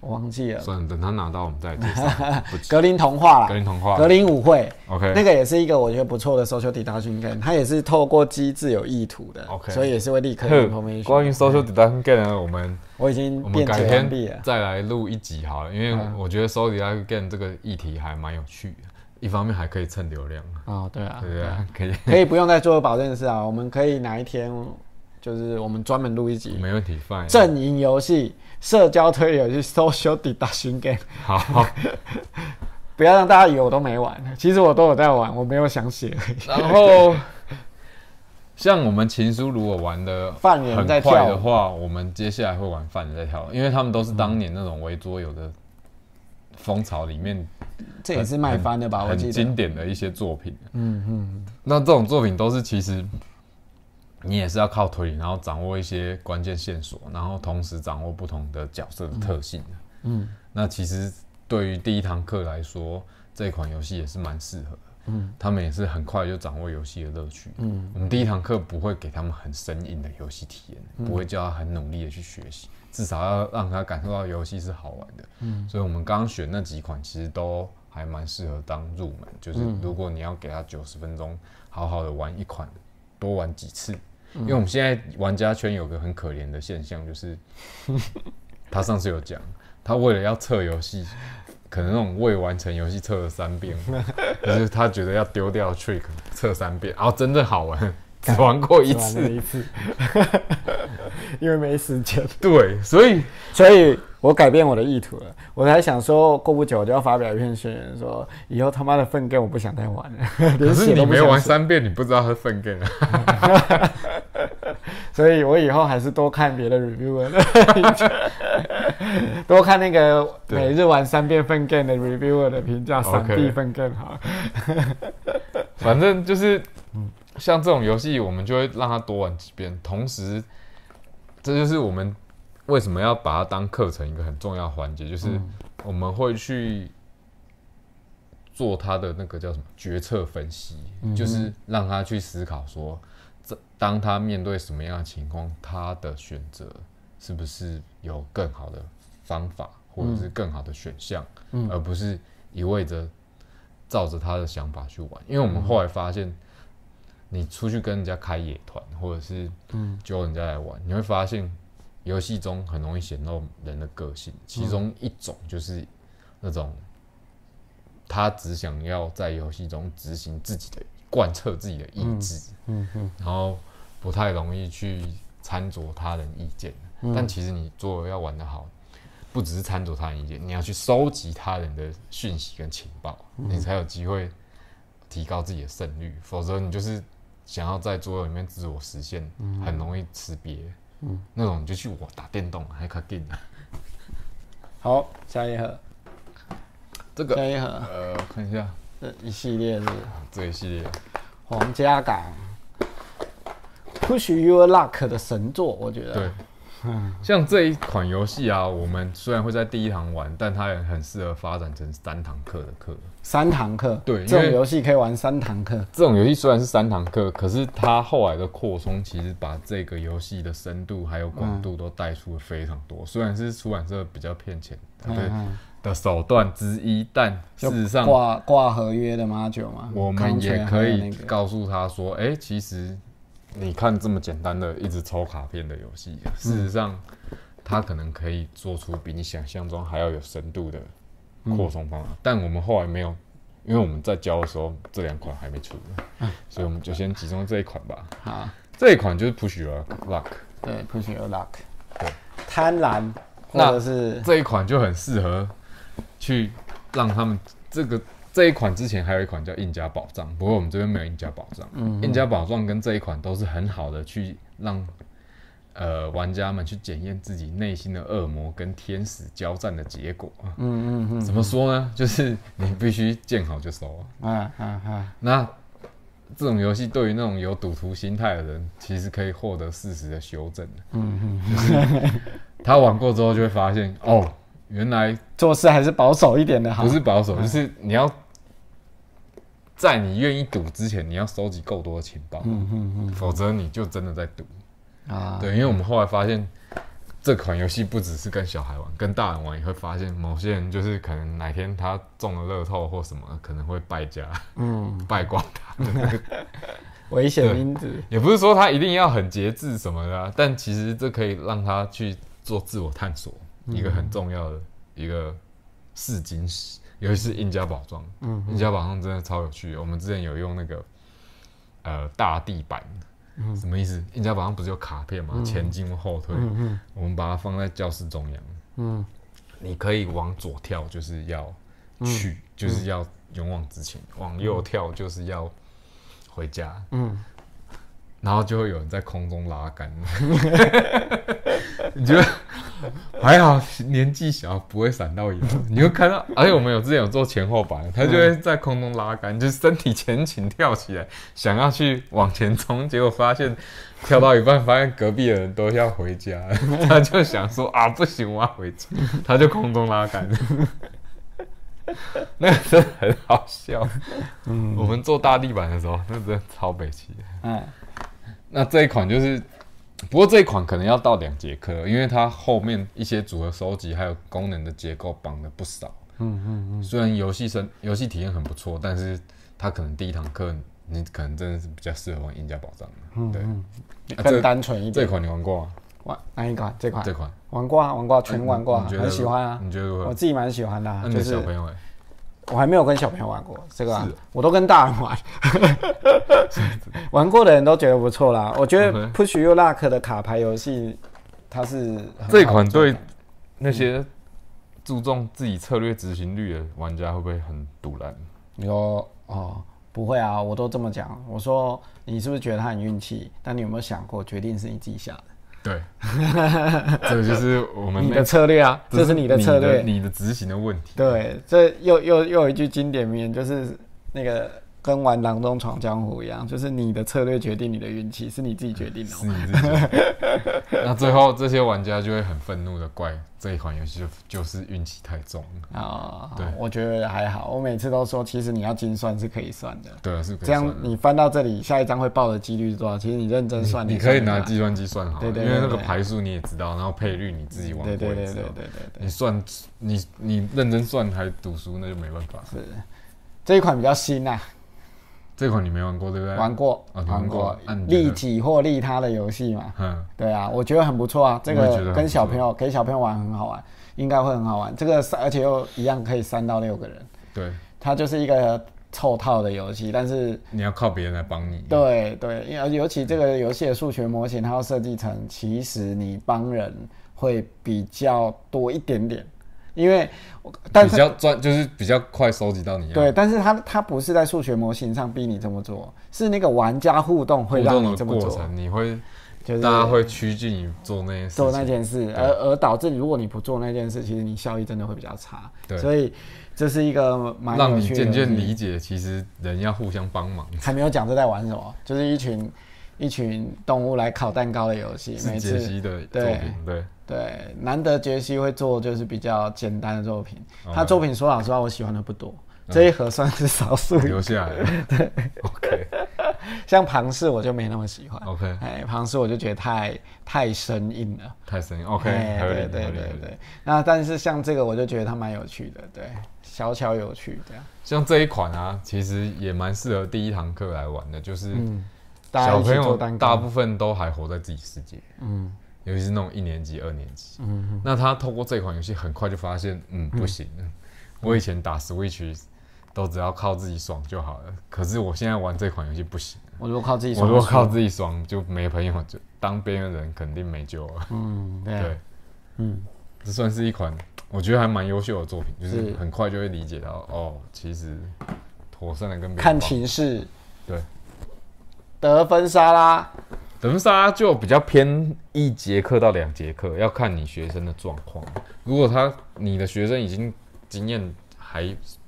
Speaker 1: 我忘记了，
Speaker 2: 算了，等他拿到我们再介 绍。不急
Speaker 1: 格林童话啦，
Speaker 2: 格林童话
Speaker 1: 格林舞会。
Speaker 2: OK，
Speaker 1: 那个也是一个我觉得不错的 social deduction game，它也是透过机制有意图的
Speaker 2: OK
Speaker 1: 所以也是会立刻
Speaker 2: 呵
Speaker 1: information。
Speaker 2: 关于 social deduction game 呢，我们
Speaker 1: 我已经
Speaker 2: 我们
Speaker 1: 辩
Speaker 2: 改
Speaker 1: 解完毕
Speaker 2: 天
Speaker 1: 了，
Speaker 2: 再来录一集好了，因为
Speaker 1: 嗯
Speaker 2: 我觉得 social deduction game 这个议题还蛮有趣的，一方面还可以蹭流量，
Speaker 1: 哦，对啊，
Speaker 2: 对不对？可 以，
Speaker 1: 可以不用再做保证是啊，我们可以哪一天就是我们专门录一集
Speaker 2: 没问题，fine。
Speaker 1: 阵营游戏、社交推理游戏 social deduction game，
Speaker 2: 好，好
Speaker 1: 不要让大家以为我都没玩，其实我都有在玩，我没有想写而已。
Speaker 2: 然后像我们情书如果玩的
Speaker 1: 犯人
Speaker 2: 很
Speaker 1: 在
Speaker 2: 快
Speaker 1: 跳
Speaker 2: 的话，我们接下来会玩犯人在跳，因为他们都是当年那种围桌游的风潮里面
Speaker 1: 这也是卖翻的嗯吧？我
Speaker 2: 很
Speaker 1: 记
Speaker 2: 经
Speaker 1: 得。
Speaker 2: 典的一些作品。
Speaker 1: 嗯嗯，
Speaker 2: 那这种作品都是其实你也是要靠推理，然后掌握一些关键线索，然后同时掌握不同的角色的特性的。
Speaker 1: 嗯，
Speaker 2: 那其实对于第一堂课来说，这款游戏也是蛮适合的。嗯，他们也是很快就掌握游戏的乐趣。嗯，我们第一堂课不会给他们很生硬的游戏体验，不会叫他很努力的去学习，至少要让他感受到游戏是好玩的。嗯，所以我们刚刚选那几款其实都还蛮适合当入门，就是如果你要给他九十分钟，好好的玩一款，多玩几次。因为我们现在玩家圈有个很可怜的现象，就是他上次有讲，他为了要测游戏，可能那种未完成游戏测了三遍， 就是他觉得要丢掉 trick 测三遍，然后真正好玩只玩过一
Speaker 1: 只玩了
Speaker 2: 次，
Speaker 1: 一 次，因为没时间。
Speaker 2: 对，所以
Speaker 1: 所以我改变我的意图了。我才想说，过不久我就要发表一篇宣言说，以后他妈的粪 game 我不想再玩了，
Speaker 2: 可
Speaker 1: 连
Speaker 2: 是
Speaker 1: 写
Speaker 2: 你
Speaker 1: 都不
Speaker 2: 没
Speaker 1: 想
Speaker 2: 玩
Speaker 1: 写
Speaker 2: 三遍，你不知道他分 game 啊，
Speaker 1: 所以我以后还是多看别的 reviewer，的 多看那个
Speaker 2: 对
Speaker 1: 每日玩三遍粪 game 的 reviewer 的评价，闪
Speaker 2: OK
Speaker 1: 避粪 game 好了。
Speaker 2: 反正就是像这种游戏，我们就会让他多玩几遍，同时这就是我们为什么要把它当课程一个很重要的环节，就是我们会去做他的那个叫什么决策分析，就是让他去思考说，这当他面对什么样的情况，他的选择是不是有更好的方法，或者是更好的选项，
Speaker 1: 嗯
Speaker 2: 而不是一味着照着他的想法去玩。因为我们后来发现，你出去跟人家开野团，或者是
Speaker 1: 嗯
Speaker 2: 揪人家来玩，你会发现游戏中很容易显露人的个性，其中一种就是那种他只想要在游戏中执行自己的贯彻自己的意志，
Speaker 1: 嗯嗯
Speaker 2: 然后不太容易去参酌他人意见。但其实你作为要玩得好，不只是参酌他人意见，你要去收集他人的讯息跟情报，你才有机会提高自己的胜率。否则你就是想要在桌游里面自我实现，很容易吃瘪。那种你就去我打电动还卡定啊。
Speaker 1: 好，下一盒，
Speaker 2: 这个
Speaker 1: 下一盒，
Speaker 2: 呃，我看一下
Speaker 1: 这一系列是
Speaker 2: 这一系列，啊
Speaker 1: 皇家港 Push Your Luck 的神作，我觉得。
Speaker 2: 对，像这一款游戏啊，我们虽然会在第一堂玩，但它也很适合发展成三堂课的课。
Speaker 1: 三堂课，
Speaker 2: 对因为
Speaker 1: 这种游戏可以玩三堂课。
Speaker 2: 这种游戏虽然是三堂课，可是它后来的扩充，其实把这个游戏的深度还有广度都带出了非常多。虽然是出版社比较骗钱，
Speaker 1: 嗯
Speaker 2: 对
Speaker 1: 嗯
Speaker 2: 的手段之一，但事实上
Speaker 1: 就挂挂合约的吗？九吗？
Speaker 2: 我们也可
Speaker 1: Contract 还有
Speaker 2: 以
Speaker 1: 那个
Speaker 2: 告诉他说，哎、
Speaker 1: 嗯
Speaker 2: 其实你看这么简单的一直抽卡片的游戏，事实上他可能可以做出比你想象中还要有深度的扩充方案。
Speaker 1: 嗯
Speaker 2: 但我们后来没有，因为我们在教的时候这两款还没出，
Speaker 1: 嗯
Speaker 2: 所以我们就先集中这一款吧。
Speaker 1: 好，
Speaker 2: 这一款就是 Push Your Luck，
Speaker 1: 对，push your luck，
Speaker 2: 对，
Speaker 1: 贪婪或
Speaker 2: 那
Speaker 1: 者是
Speaker 2: 这一款就很适合去让他们这个这一款之前还有一款叫印加保障，不过我们这边没有印加保障。
Speaker 1: 嗯
Speaker 2: 印加保障跟这一款都是很好的去让呃玩家们去检验自己内心的恶魔跟天使交战的结果。
Speaker 1: 嗯嗯
Speaker 2: 怎么说呢？ 就是你必须见好就收。
Speaker 1: 嗯啊啊啊，
Speaker 2: 那这种游戏对于那种有赌徒心态的人，其实可以获得适时的修正。
Speaker 1: 嗯嗯，
Speaker 2: 他玩过之后就会发现，哦，原来
Speaker 1: 做事还是保守一点的好。
Speaker 2: 不是保守，就是你要在你愿意赌之前，你要收集够多的情报，
Speaker 1: 嗯嗯
Speaker 2: 否则你就真的在赌。
Speaker 1: 嗯啊，
Speaker 2: 对，因为我们后来发现，这款游戏不只是跟小孩玩，跟大人玩也会发现，某些人就是可能哪天他中了乐透或什么，可能会败家，
Speaker 1: 嗯，
Speaker 2: 败光他的那个。
Speaker 1: 危险
Speaker 2: 对
Speaker 1: 因子，
Speaker 2: 也不是说他一定要很节制什么的、啊，但其实这可以让他去做自我探索，一个很重要的一个试金石，尤其是印加宝藏。
Speaker 1: 嗯
Speaker 2: 印加宝藏真的超有趣的，我们之前有用那个呃大地板，什么意思？印加宝藏不是有卡片吗？前进或后退，
Speaker 1: 嗯
Speaker 2: 我们把它放在教室中央，
Speaker 1: 嗯
Speaker 2: 你可以往左跳，就是要去，
Speaker 1: 嗯
Speaker 2: 就是要勇往直前；往右跳，就是要回家。
Speaker 1: 嗯
Speaker 2: 然后就会有人在空中拉杆。 你觉得还好，年纪小不会闪到眼，你会看到。哎而且我们有之前有做前后板，他就会在空中拉杆，就是身体前倾跳起来，想要去往前冲，结果发现跳到一半，发现隔壁的人都要回家了，他就想说啊，不行，我要回家，他就空中拉杆。那个真的很好笑，
Speaker 1: 嗯，
Speaker 2: 我们做大地板的时候，那真的超北齐的。
Speaker 1: 哎，
Speaker 2: 那这一款就是，不过这一款可能要到两节课，因为它后面一些组合收集还有功能的结构绑了不少。
Speaker 1: 嗯嗯嗯，
Speaker 2: 虽然游戏生游戏体验很不错，但是它可能第一堂课你可能真的是比较适合玩赢家宝藏
Speaker 1: 嗯
Speaker 2: 的。对，啊
Speaker 1: 更
Speaker 2: 这
Speaker 1: 单纯一
Speaker 2: 这
Speaker 1: 点。
Speaker 2: 款你玩过吗？
Speaker 1: 玩哪一款？这款
Speaker 2: 这款
Speaker 1: 玩过啊，玩过啊，全玩过啊，
Speaker 2: 你觉得
Speaker 1: 很喜欢啊。
Speaker 2: 你觉得如
Speaker 1: 我
Speaker 2: 何？
Speaker 1: 自己蛮喜欢的啊、
Speaker 2: 那你
Speaker 1: 就
Speaker 2: 的
Speaker 1: 是
Speaker 2: 小朋友哎，
Speaker 1: 我还没有跟小朋友玩过这个、啊
Speaker 2: 是哦，
Speaker 1: 我都跟大人玩。玩过的人都觉得不错啦。我觉得
Speaker 2: OK
Speaker 1: Push You Luck 的卡牌游戏，它是很好
Speaker 2: 这一款
Speaker 1: 做的
Speaker 2: 对那些注重自己策略执行率的玩家会不会很堵然？
Speaker 1: 你说哦，不会啊，我都这么讲。我说你是不是觉得他很运气？但你有没有想过，决定是你自己下的，
Speaker 2: 对， 这个就是我们
Speaker 1: 你
Speaker 2: 那
Speaker 1: 的策略啊，这是你的策略。
Speaker 2: 你的执行的问题。
Speaker 1: 对，这又又又有一句经典名言，就是那个跟玩《囊中闯江湖》一样，就是你的策略决定你的运气，是你自己决定的哦、
Speaker 2: 是你自己决定。那最后这些玩家就会很愤怒的怪这一款游戏就就是运气太重了。
Speaker 1: 啊、
Speaker 2: 对
Speaker 1: 我觉得还好。我每次都说，其实你要精算是可以算的。
Speaker 2: 对啊，是可以
Speaker 1: 这样
Speaker 2: 算的
Speaker 1: 你翻到这里，下一张会爆的几率是多少？其实你认真算，
Speaker 2: 你
Speaker 1: 算
Speaker 2: 可以
Speaker 1: 得
Speaker 2: 拿
Speaker 1: 出来
Speaker 2: 计算机算好了，
Speaker 1: 对
Speaker 2: 因
Speaker 1: 对
Speaker 2: 为那
Speaker 1: 对
Speaker 2: 个
Speaker 1: 对
Speaker 2: 牌数你也知道，然后配率你自己玩
Speaker 1: 对
Speaker 2: 过
Speaker 1: 对对
Speaker 2: 也
Speaker 1: 对
Speaker 2: 知道
Speaker 1: 对。对对
Speaker 2: 你。算你你认真算还赌输，那就没办法。
Speaker 1: 这一款比较新啊，
Speaker 2: 这款你没玩过对不对？
Speaker 1: 玩。过，
Speaker 2: 啊你玩过
Speaker 1: 过
Speaker 2: 那你觉得
Speaker 1: 利己或利他的游戏嘛。
Speaker 2: 嗯，
Speaker 1: 对啊，我觉得很不错啊，这
Speaker 2: 我也觉得很
Speaker 1: 个
Speaker 2: 不
Speaker 1: 跟小
Speaker 2: 错
Speaker 1: 朋友给小朋友玩很好玩，应该会很好玩。这个三而且又一样可以三到六个人，
Speaker 2: 对，
Speaker 1: 它就是一个凑套的游戏，但是
Speaker 2: 你要靠别人来帮你。啊
Speaker 1: 对对，因为尤其这个游戏的数学模型，它要设计成，其实你帮人会比较多一点点，因为我但
Speaker 2: 比
Speaker 1: 是
Speaker 2: 较赚就是比较快收集到你要
Speaker 1: 对，但是它它不是在数学模型上逼你这么做，是那个玩家互动会
Speaker 2: 互
Speaker 1: 让你
Speaker 2: 动
Speaker 1: 这
Speaker 2: 的
Speaker 1: 么
Speaker 2: 过
Speaker 1: 做，
Speaker 2: 程，你会
Speaker 1: 就是
Speaker 2: 大家会趋近于做那些事
Speaker 1: 做
Speaker 2: 情。
Speaker 1: 那件事，而而导致如果你不做那件事，其实你效益真的会比较差。
Speaker 2: 对
Speaker 1: 所以这是一个蛮
Speaker 2: 让
Speaker 1: 有
Speaker 2: 你
Speaker 1: 趣的
Speaker 2: 渐渐
Speaker 1: 游戏
Speaker 2: 理解，其实人要互相帮忙，
Speaker 1: 还没有讲这在玩什么，就是一群一群动物来烤蛋糕的游戏，
Speaker 2: 是
Speaker 1: 每
Speaker 2: 杰
Speaker 1: 次
Speaker 2: 西的作品，对，
Speaker 1: 对难得杰西会做就是比较简单的作品，
Speaker 2: 哦嗯
Speaker 1: 他作品说老实话我喜欢的不多，这一盒算是少数，
Speaker 2: 留下来 了。对，OK
Speaker 1: 像庞氏我就没那么喜欢。
Speaker 2: OK，
Speaker 1: 哎，庞氏我就觉得太太生硬了。
Speaker 2: 太神了，OK，
Speaker 1: 哎
Speaker 2: 合理
Speaker 1: 对对
Speaker 2: 合理
Speaker 1: 对
Speaker 2: 合理。
Speaker 1: 对。那但是像这个，我就觉得它蛮有趣的，对，小巧有趣这样。
Speaker 2: 像这一款啊，其实也蛮适合第一堂课来玩的，就是
Speaker 1: 嗯，大家
Speaker 2: 小
Speaker 1: 一起
Speaker 2: 朋
Speaker 1: 做
Speaker 2: 友
Speaker 1: 蛋
Speaker 2: 大
Speaker 1: 糕，
Speaker 2: 部分都还活在自己世界，
Speaker 1: 嗯，
Speaker 2: 尤其是那种一年级、二年级。嗯，那他透过这款游戏，很快就发现，嗯，不行。我以前打 Switch 都只要靠自己爽就好了，可是我现在玩这款游戏不行，
Speaker 1: 我如果靠自己
Speaker 2: 我
Speaker 1: 爽，
Speaker 2: 如果靠自己爽就没朋友，就当边缘人肯定没救了。
Speaker 1: 嗯，对啊
Speaker 2: 对，
Speaker 1: 嗯，
Speaker 2: 这算是一款我觉得还蛮优秀的作品，就是
Speaker 1: 是
Speaker 2: 很快就会理解到，哦，其实妥善的跟别人
Speaker 1: 看
Speaker 2: 报
Speaker 1: 情势，
Speaker 2: 对。
Speaker 1: 得分沙拉，
Speaker 2: 等杀就比较偏一节课到两节课，要看你学生的状况。如果他你的学生已经经验还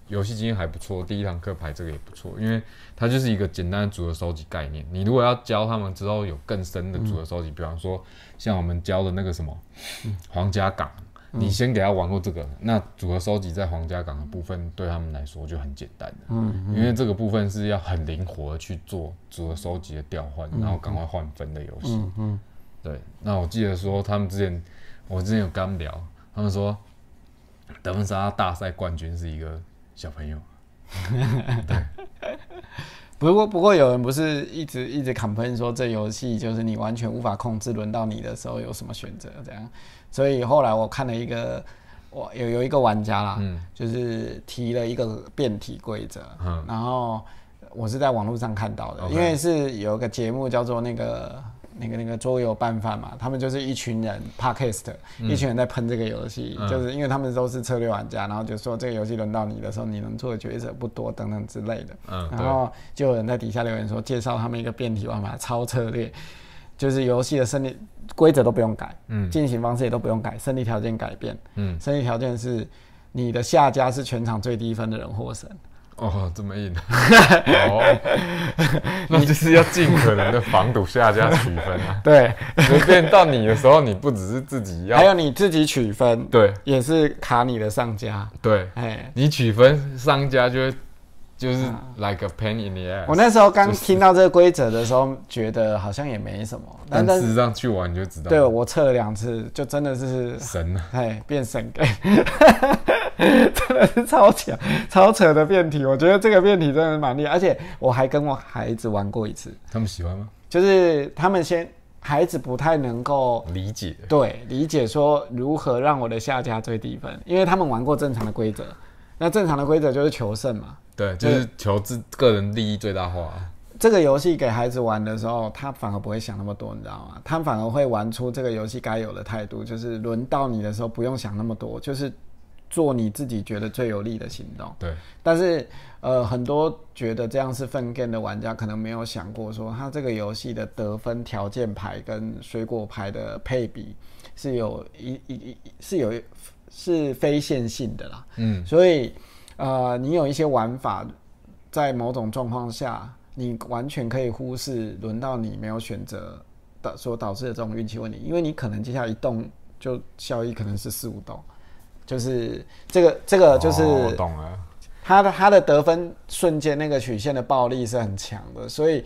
Speaker 2: 游戏经验还不错，第一堂课排这个也不错，因为它就是一个简单的组合收集概念。你如果要教他们之后有更深的组合收集，比方说像我们教的那个什么皇家港，你先给他玩过这个，那组合收集在皇家港的部分对他们来说就很简单的。
Speaker 1: 嗯，
Speaker 2: 因为这个部分是要很灵活的去做组合收集的调换，然后赶快换分的游戏。
Speaker 1: 嗯嗯，
Speaker 2: 对，那我记得说他们之前，我之前有跟他们聊，他们说德文莎大赛冠军是一个小朋友，
Speaker 1: 不过不过有人不是一直一直 complain 说这游戏就是你完全无法控制，轮到你的时候有什么选择这样，所以后来我看了一个，我有有一个玩家啦，
Speaker 2: 嗯
Speaker 1: 就是提了一个变体规则，
Speaker 2: 嗯
Speaker 1: 然后我是在网络上看到的，
Speaker 2: OK
Speaker 1: 因为是有个节目叫做那个。那个那个桌游拌饭嘛，他们就是一群人 podcast，、一群人在喷这个游戏，
Speaker 2: 嗯
Speaker 1: 就是因为他们都是策略玩家，然后就说这个游戏轮到你的时候，你能做的抉择不多等等之类的。
Speaker 2: 嗯，
Speaker 1: 然
Speaker 2: 对，
Speaker 1: 后就有人在底下留言说，介绍他们一个变体玩法超策略，就是游戏的胜利规则都不用改，
Speaker 2: 嗯
Speaker 1: 进行方式也都不用改，胜利条件改变，
Speaker 2: 嗯，
Speaker 1: 胜利条件是你的下家是全场最低分的人获胜，，
Speaker 2: 哦，这么硬，哦， 那就是要尽可能的防堵下家取分啊
Speaker 1: 对，
Speaker 2: 随便到你的时候，你不只是自己
Speaker 1: 还有
Speaker 2: 要，
Speaker 1: 你自己取分，
Speaker 2: 对
Speaker 1: 也是卡你的上家，
Speaker 2: 对，
Speaker 1: 哎。
Speaker 2: 你取分商家就会就是 like a pain in the ass，
Speaker 1: 我那时候刚听到这个规则的时候，觉得好像也没什么，但
Speaker 2: 但
Speaker 1: 但
Speaker 2: 事
Speaker 1: 是
Speaker 2: 实上去玩你就知道，
Speaker 1: 对我测了两次，就真的是
Speaker 2: 神啊，
Speaker 1: 哎，变神 gay，真的是超强、超扯的变体。我觉得这个变体真的是蛮厉害，而且我还跟我孩子玩过一次，
Speaker 2: 他们喜欢吗？
Speaker 1: 就是他们先孩子不太能够
Speaker 2: 理解，
Speaker 1: 对理解说如何让我的下家最低分，因为他们玩过正常的规则，那正常的规则就是求胜嘛。
Speaker 2: 对，就是求自个人利益最大化啊，
Speaker 1: 这个游戏给孩子玩的时候，他反而不会想那么多，你知道吗？他反而会玩出这个游戏该有的态度，就是轮到你的时候不用想那么多，就是做你自己觉得最有利的行动。
Speaker 2: 对，
Speaker 1: 但是，呃，很多觉得这样是粪 game 的玩家，可能没有想过说，他这个游戏的得分条件牌跟水果牌的配比是有一一一是有是非线性的啦。
Speaker 2: 嗯，
Speaker 1: 所以，呃，你有一些玩法，在某种状况下，你完全可以忽视轮到你没有选择的所导致的这种运气问题，因为你可能接下来一动就效益可能是四五动，就是这个这个就是。
Speaker 2: 哦懂了，
Speaker 1: 他的他的得分瞬间那个曲线的暴力是很强的，所以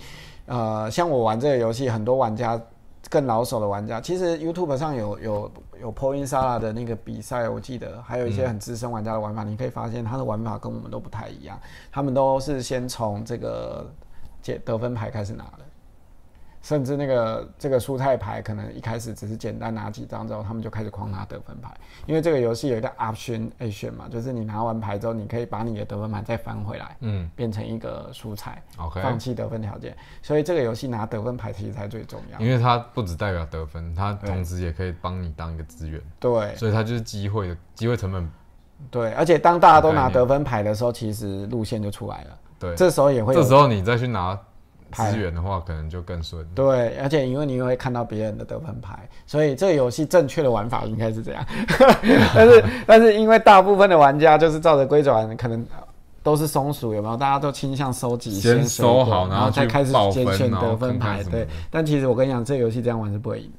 Speaker 1: 呃，像我玩这个游戏，很多玩家更老手的玩家，其实 YouTube 上有有有 p o i n s a r a 的那个比赛，我记得还有一些很资深玩家的玩法，你可以发现他的玩法跟我们都不太一样，他们都是先从这个解得分牌开始拿的。甚至那个这个蔬菜牌，可能一开始只是简单拿几张之后，他们就开始狂拿得分牌，因为这个游戏有一个 option action 嘛，就是你拿完牌之后，你可以把你的得分牌再翻回来，
Speaker 2: 嗯
Speaker 1: 变成一个蔬菜，
Speaker 2: ，OK，
Speaker 1: 放弃得分条件。所以这个游戏拿得分牌其实才最重要。
Speaker 2: 因为它不只代表得分，它同时也可以帮你当一个资源，
Speaker 1: 对
Speaker 2: 所以它就是机会的机会成本，
Speaker 1: 对，而且当大家都
Speaker 2: 概
Speaker 1: 拿
Speaker 2: 念
Speaker 1: 得分牌的时候，其实路线就出来了。
Speaker 2: 对，
Speaker 1: 这时候也会有
Speaker 2: 这时候你再去拿
Speaker 1: 牌
Speaker 2: 资源的话，可能就更顺，
Speaker 1: 对，而且因为你会看到别人的得分牌，所以这个游戏正确的玩法应该是这样。 但是 但是因为大部分的玩家就是照着规则玩，可能都是松鼠，有没有？大家都倾向收集
Speaker 2: 先
Speaker 1: 水果
Speaker 2: 收好
Speaker 1: 然
Speaker 2: 然后
Speaker 1: 再
Speaker 2: 去
Speaker 1: 开始
Speaker 2: 爆
Speaker 1: 拣
Speaker 2: 分
Speaker 1: 选
Speaker 2: 然后
Speaker 1: 得分
Speaker 2: 看看
Speaker 1: 牌。
Speaker 2: 什么
Speaker 1: 对
Speaker 2: 的，
Speaker 1: 但其实我跟你讲，这个游戏这样玩是不会赢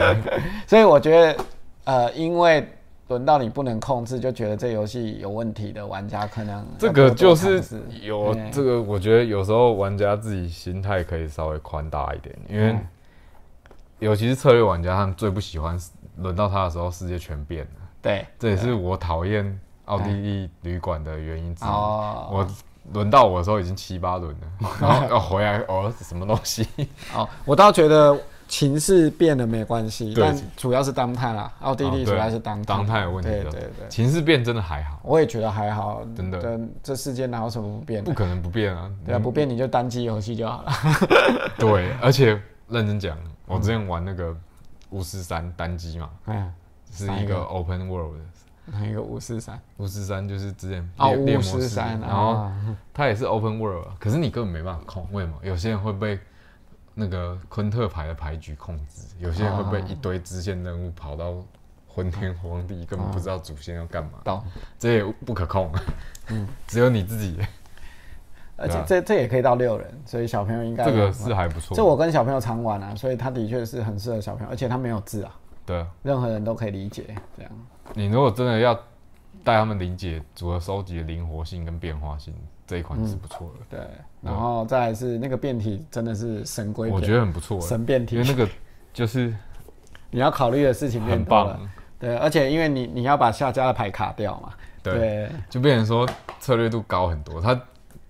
Speaker 1: 的。 所以我觉得，呃，因为轮到你不能控制，就觉得这游戏有问题的玩家，可能要
Speaker 2: 这
Speaker 1: 多
Speaker 2: 个
Speaker 1: 多
Speaker 2: 就是
Speaker 1: 尝试
Speaker 2: 有
Speaker 1: 对
Speaker 2: 这个，我觉得有时候玩家自己心态可以稍微宽大一点，因为
Speaker 1: 嗯
Speaker 2: 尤其是策略玩家，他们最不喜欢轮到他的时候世界全变了，
Speaker 1: 对
Speaker 2: 这也是我讨厌奥地利旅馆的原因之一。
Speaker 1: 哦
Speaker 2: 我轮 到哦我的时候已经七八轮了，然后要回来哦，什么东西？
Speaker 1: 哦，我倒觉得情势变了没关系，
Speaker 2: 对
Speaker 1: 但主要是当态啦，奥 地利
Speaker 2: 哦
Speaker 1: 主
Speaker 2: 对
Speaker 1: 要是当态，
Speaker 2: 当态有问题
Speaker 1: 对
Speaker 2: 的，
Speaker 1: 对对，
Speaker 2: 情势变真的还好，
Speaker 1: 我也觉得还好，
Speaker 2: 真的
Speaker 1: 对，这世界哪有什么不变
Speaker 2: 不
Speaker 1: 的？
Speaker 2: 可能不变啊，
Speaker 1: 对啊，不变你就单机游戏就好 了。
Speaker 2: 对，而且认真讲，我之前玩那个巫师三单机嘛，
Speaker 1: 哎，
Speaker 2: 是
Speaker 1: 哪一
Speaker 2: 一
Speaker 1: 个
Speaker 2: 个 open world 的。
Speaker 1: 还有一个五四三
Speaker 2: 巫师三就是之前
Speaker 1: 哦，
Speaker 2: 猎猎
Speaker 1: 五
Speaker 2: 魔
Speaker 1: 四
Speaker 2: 师
Speaker 1: 三
Speaker 2: 然后
Speaker 1: 啊，
Speaker 2: 它也是 open world，啊可是你根本没办法控，为什么？有些人会被那个昆特牌的牌局控制，有些人会被一堆支线任务跑到昏天荒地，
Speaker 1: 哦
Speaker 2: 根本不知道主线要干嘛，
Speaker 1: 懂。
Speaker 2: 这也不可控，
Speaker 1: 嗯
Speaker 2: 只有你自己。
Speaker 1: 而且
Speaker 2: 对啊
Speaker 1: 这这也可以到六人，所以小朋友应该
Speaker 2: 这
Speaker 1: 也
Speaker 2: 个
Speaker 1: 很
Speaker 2: 是还不错，
Speaker 1: 这我跟小朋友常玩啊，所以他的确是很适合小朋友，而且他没有字啊，
Speaker 2: 对啊
Speaker 1: 任何人都可以理解。这样
Speaker 2: 你如果真的要带他们理解组合收集的灵活性跟变化性，这一款
Speaker 1: 嗯
Speaker 2: 是不错的，
Speaker 1: 对，然后再来是那个变体真的是神归变，
Speaker 2: 我觉得很不错欸，
Speaker 1: 神变
Speaker 2: 因
Speaker 1: 体
Speaker 2: 为，那个就是
Speaker 1: 你要考虑的事情变
Speaker 2: 很
Speaker 1: 多了
Speaker 2: 棒。。
Speaker 1: 对，而且因为你你要把下家的牌卡掉嘛，
Speaker 2: 对
Speaker 1: 对
Speaker 2: 就变成说策略度高很多。他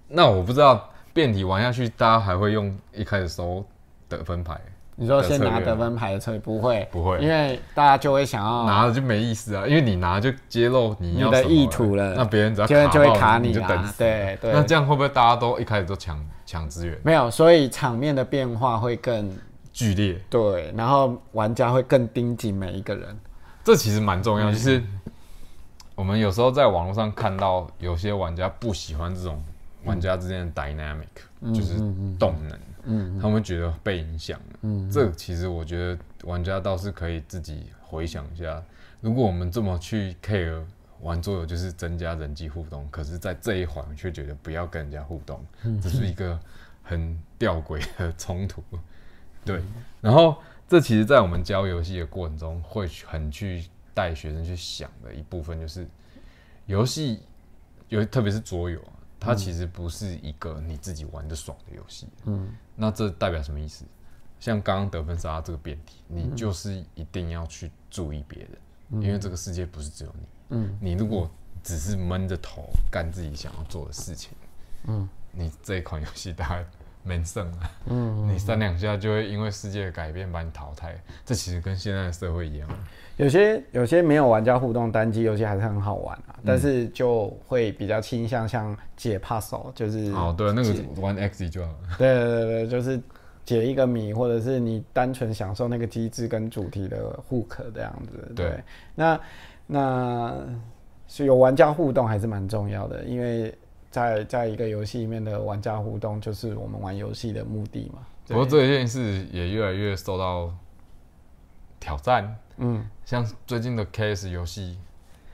Speaker 2: 那我不知道变体玩下去，大家还会用一开始收得分牌，
Speaker 1: 你说先
Speaker 2: 的策略
Speaker 1: 拿
Speaker 2: 啊
Speaker 1: 得分牌的策略不会
Speaker 2: 不会
Speaker 1: 因为大家就会想要
Speaker 2: 拿了就没意思啊，因为你拿就揭露你
Speaker 1: 哦你
Speaker 2: 要
Speaker 1: 的
Speaker 2: 什么
Speaker 1: 意图了
Speaker 2: 那别人只要
Speaker 1: 就会
Speaker 2: 卡
Speaker 1: 就会
Speaker 2: 到
Speaker 1: 卡
Speaker 2: 你
Speaker 1: 你啊
Speaker 2: 就
Speaker 1: 啦
Speaker 2: 等死。
Speaker 1: 对对
Speaker 2: 那这样会不会大家都一开始都抢抢资源，
Speaker 1: 没有，所以场面的变化会更
Speaker 2: 剧烈？
Speaker 1: 对，然后玩家会更盯紧每一个人。
Speaker 2: 这其实蛮重要，就是我们有时候在网络上看到有些玩家不喜欢这种玩家之间的 dynamic，、就是动能，他们会觉得被影响了。这个其实我觉得玩家倒是可以自己回想一下，如果我们这么去 care。玩桌游就是增加人际互动，可是，在这一环却觉得不要跟人家互动，这是一个很吊诡的冲突。对，然后这其实，在我们教游戏的过程中，会去很去带学生去想的一部分，就是游戏有，特别是桌游啊，它其实不是一个你自己玩的爽的游戏。嗯，那这代表什么意思？像刚刚得分杀这个辩题，你就是一定要去注意别人，因为这个世界不是只有你。嗯，你如果只是闷着头干自己想要做的事情，嗯，你这一款游戏大概没胜了。你三两下就会因为世界的改变把你淘汰，这其实跟现在的社会一样。
Speaker 1: 有些有些没有玩家互动单机游戏还是很好玩啊，但是就会比较倾向像解 puzzle，就是
Speaker 2: 哦，对，那个玩 X 就好了。
Speaker 1: 对对对对，就是解一个谜，或者是你单纯享受那个机制跟主题的互可这样子。对，
Speaker 2: 对
Speaker 1: 那那是有玩家互动还是蛮重要的，因为在在一个游戏里面的玩家互动就是我们玩游戏的目的嘛。
Speaker 2: 不过这件事也越来越受到挑战。
Speaker 1: 嗯
Speaker 2: 像最近的 KS 游戏，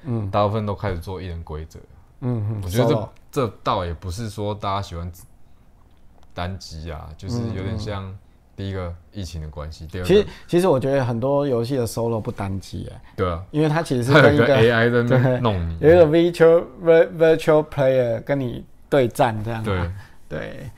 Speaker 1: 嗯
Speaker 2: 大部分都开始做一人规则。
Speaker 1: 嗯嗯，
Speaker 2: 我觉
Speaker 1: solo
Speaker 2: 得这这倒也不是说大家喜欢单机啊，就是有点像第一个疫情的关系，第二
Speaker 1: 嗯其实
Speaker 2: 个
Speaker 1: 其实我觉得很多游戏的 solo 不单机哎、
Speaker 2: 对啊，
Speaker 1: 因为它其实是
Speaker 2: 还有
Speaker 1: 跟
Speaker 2: 一
Speaker 1: 一
Speaker 2: 个
Speaker 1: 个
Speaker 2: AI 在那
Speaker 1: 对
Speaker 2: 边弄你。
Speaker 1: 有一个 virtual vir- virtual player 跟你对战这样、啊。
Speaker 2: 对，
Speaker 1: 对，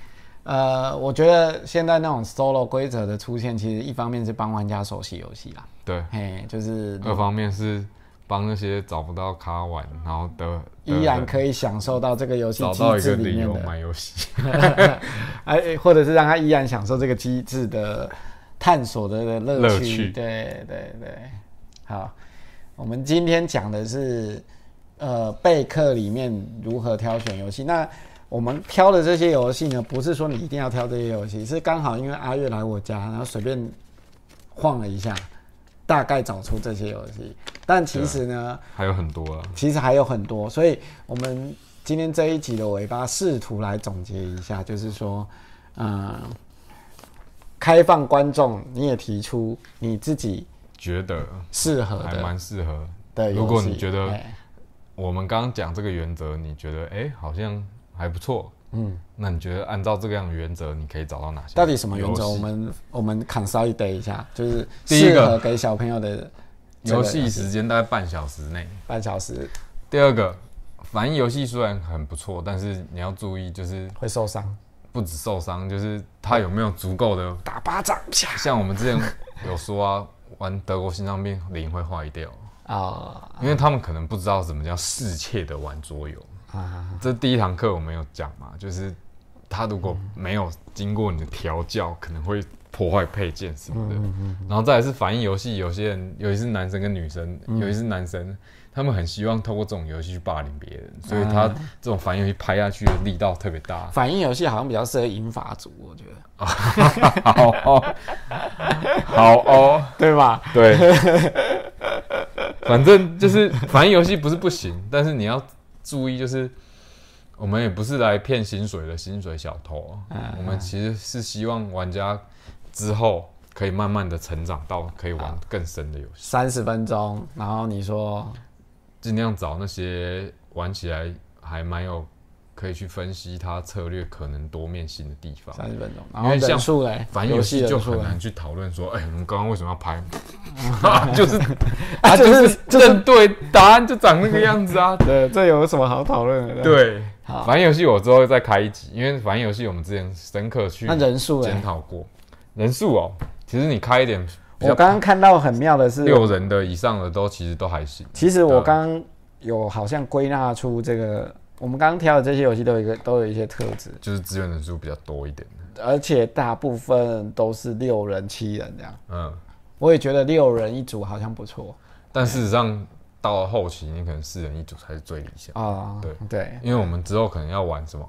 Speaker 1: 呃，我觉得现在那种 solo 规则的出现，其实一方面是帮玩家熟悉游戏啦，
Speaker 2: 对，
Speaker 1: 嘿，就是
Speaker 2: 二方面是帮那些找不到卡玩，然后的
Speaker 1: 依然可以享受到这个游戏
Speaker 2: 找
Speaker 1: 机
Speaker 2: 到一
Speaker 1: 制
Speaker 2: 个
Speaker 1: 里
Speaker 2: 理
Speaker 1: 面
Speaker 2: 由
Speaker 1: 的，
Speaker 2: 买游戏。
Speaker 1: 哎，或者是让他依然享受这个机制的探索的乐
Speaker 2: 乐
Speaker 1: 趣。
Speaker 2: 趣
Speaker 1: 对对对，好，我们今天讲的是呃备课里面如何挑选游戏。那我们挑的这些游戏呢，不是说你一定要挑这些游戏，是刚好因为阿月来我家，然后随便晃了一下，大概找出这些游戏。但其实呢，
Speaker 2: 还有很多啊，
Speaker 1: 其实还有很多，所以我们今天这一集的尾巴试图来总结一下，就是说，嗯，开放观众，你也提出你自己
Speaker 2: 觉得
Speaker 1: 适合
Speaker 2: 还
Speaker 1: 的
Speaker 2: 蛮适合。
Speaker 1: 的呃游戏。
Speaker 2: 如果你觉得
Speaker 1: 哎
Speaker 2: 我们刚刚讲这个原则，你觉得哎、诶好像还不错，嗯，那你觉得按照这个样的原则，你可以找到哪些？
Speaker 1: 到底什么原则，我
Speaker 2: 游戏
Speaker 1: 们我们 consolidate 一下，就是
Speaker 2: 第一
Speaker 1: 适
Speaker 2: 个
Speaker 1: 合给小朋友的这个
Speaker 2: 游戏时间大概半小时内。
Speaker 1: 半小时
Speaker 2: 第二个，反应游戏虽然很不错，但是你要注意，就是
Speaker 1: 会受伤，
Speaker 2: 不止受伤，就是它有没有足够的
Speaker 1: 打巴掌啪
Speaker 2: 像我们之前有说啊，玩德国心脏病零会坏掉，
Speaker 1: 啊
Speaker 2: 因为他们可能不知道什么叫适切的玩桌游。
Speaker 1: 啊
Speaker 2: 这第一堂课我们有讲嘛，就是他如果没有经过你的调教，可能会破坏配件什么的。然后再来是反应游戏，有些人，尤其是男生跟女生，尤其是男生，他们很希望透过这种游戏去霸凌别人，所以他这种反应游戏拍下去的力道特别大。
Speaker 1: 反应游戏好像比较适合银发族，我觉得，
Speaker 2: 好哦，好哦，
Speaker 1: 对吧？
Speaker 2: 对，反正就是反应游戏不是不行，但是你要注意，就是我们也不是来骗薪水的薪水小偷啊，我们其实是希望玩家之后可以慢慢的成长到可以玩更深的游戏，
Speaker 1: 三十分钟，然后你说，
Speaker 2: 尽量找那些玩起来还蛮有可以去分析它策略可能多面性的地方。
Speaker 1: 三十分钟，然
Speaker 2: 因
Speaker 1: 后
Speaker 2: 为像
Speaker 1: 人数嘞，
Speaker 2: 反正游戏
Speaker 1: 人
Speaker 2: 就
Speaker 1: 数
Speaker 2: 很
Speaker 1: 嘞
Speaker 2: 难去讨论说，哎、我们刚刚为什么要 拍？啊就是
Speaker 1: 啊
Speaker 2: 啊，
Speaker 1: 就。
Speaker 2: 就是是正对答案就长那个样子啊
Speaker 1: 对，这有什么好讨论的？，
Speaker 2: 对，
Speaker 1: 好
Speaker 2: 反正游戏我之后再开一集，因为反正游戏我们之前深刻去
Speaker 1: 那人数
Speaker 2: 检
Speaker 1: 哎，
Speaker 2: 讨过人数哦。其实你开一点比
Speaker 1: 我
Speaker 2: 较
Speaker 1: 刚刚看到很妙的是，
Speaker 2: 六人的以上的都其实都还行。
Speaker 1: 其实我刚刚有好像归纳出这个，我们刚刚挑的这些游戏都有一个都有一些特质，
Speaker 2: 就是资源人数比较多一点，
Speaker 1: 而且大部分都是六人、七人这样。
Speaker 2: 嗯，
Speaker 1: 我也觉得六人一组好像不错
Speaker 2: 但事实上到了后期，你可能四人一组才是最理想，
Speaker 1: 啊、
Speaker 2: 对
Speaker 1: 对
Speaker 2: 因为我们之后可能要玩什么，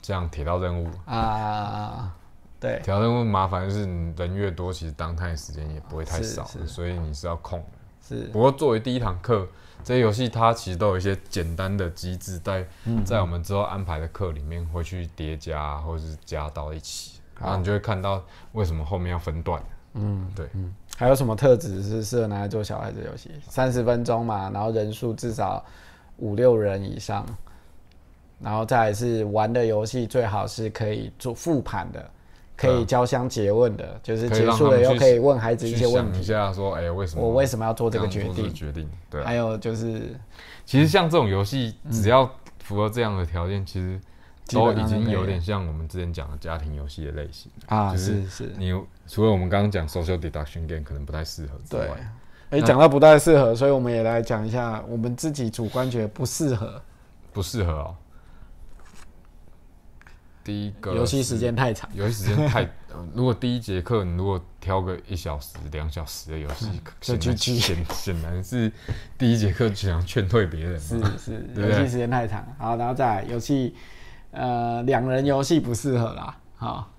Speaker 2: 像铁道任务，
Speaker 1: 啊，对
Speaker 2: 铁道任务麻烦就是你人越多，其实当探的时间也不会太少
Speaker 1: 是是，
Speaker 2: 所以你是要控的。
Speaker 1: 是
Speaker 2: 不过作为第一堂课，这些游戏它其实都有一些简单的机制在，
Speaker 1: 嗯
Speaker 2: 在我们之后安排的课里面会去叠加啊或者是加到一起，然后你就会看到为什么后面要分段。嗯，对，
Speaker 1: 还有什么特质是适合拿来做小孩子游戏？三十分钟嘛，然后人数至少五六人以上，然后再来是玩的游戏最好是可以做复盘的，可以交相诘问的，就是
Speaker 2: 啊可以
Speaker 1: 结
Speaker 2: 让
Speaker 1: 束
Speaker 2: 他
Speaker 1: 了
Speaker 2: 们
Speaker 1: 以后
Speaker 2: 去
Speaker 1: 可以问孩子一
Speaker 2: 去
Speaker 1: 些问
Speaker 2: 想
Speaker 1: 题
Speaker 2: 一。下说，哎、为什么
Speaker 1: 我为什么要做这个决
Speaker 2: 刚做
Speaker 1: 定？哎
Speaker 2: 决定，对啊、
Speaker 1: 还有就是
Speaker 2: 其实像这种游戏，
Speaker 1: 嗯
Speaker 2: 只要符合这样的条件，其实都已经有点像我们之前讲的家庭游戏的类型。
Speaker 1: 啊，
Speaker 2: 就是是
Speaker 1: 是，
Speaker 2: 你除了我们刚刚讲 social deduction game 可能不太适合之
Speaker 1: 对
Speaker 2: 外，。
Speaker 1: 哎，讲到不太适合，所以我们也来讲一下我们自己主观觉得不适合
Speaker 2: 不适合哦。第一个
Speaker 1: 游戏
Speaker 2: 是
Speaker 1: 时间太长。
Speaker 2: 游戏时间太， 呃如果第一节课你如果挑个一小时、两小时的游戏，
Speaker 1: 嗯就
Speaker 2: 显然
Speaker 1: GG
Speaker 2: 显显然是第一节课就想劝退别人
Speaker 1: 是
Speaker 2: 嘛。
Speaker 1: 是，
Speaker 2: 对
Speaker 1: 游
Speaker 2: 不对
Speaker 1: 戏时间太长。好，然后再来游戏，呃，两人游戏不适合啦。好，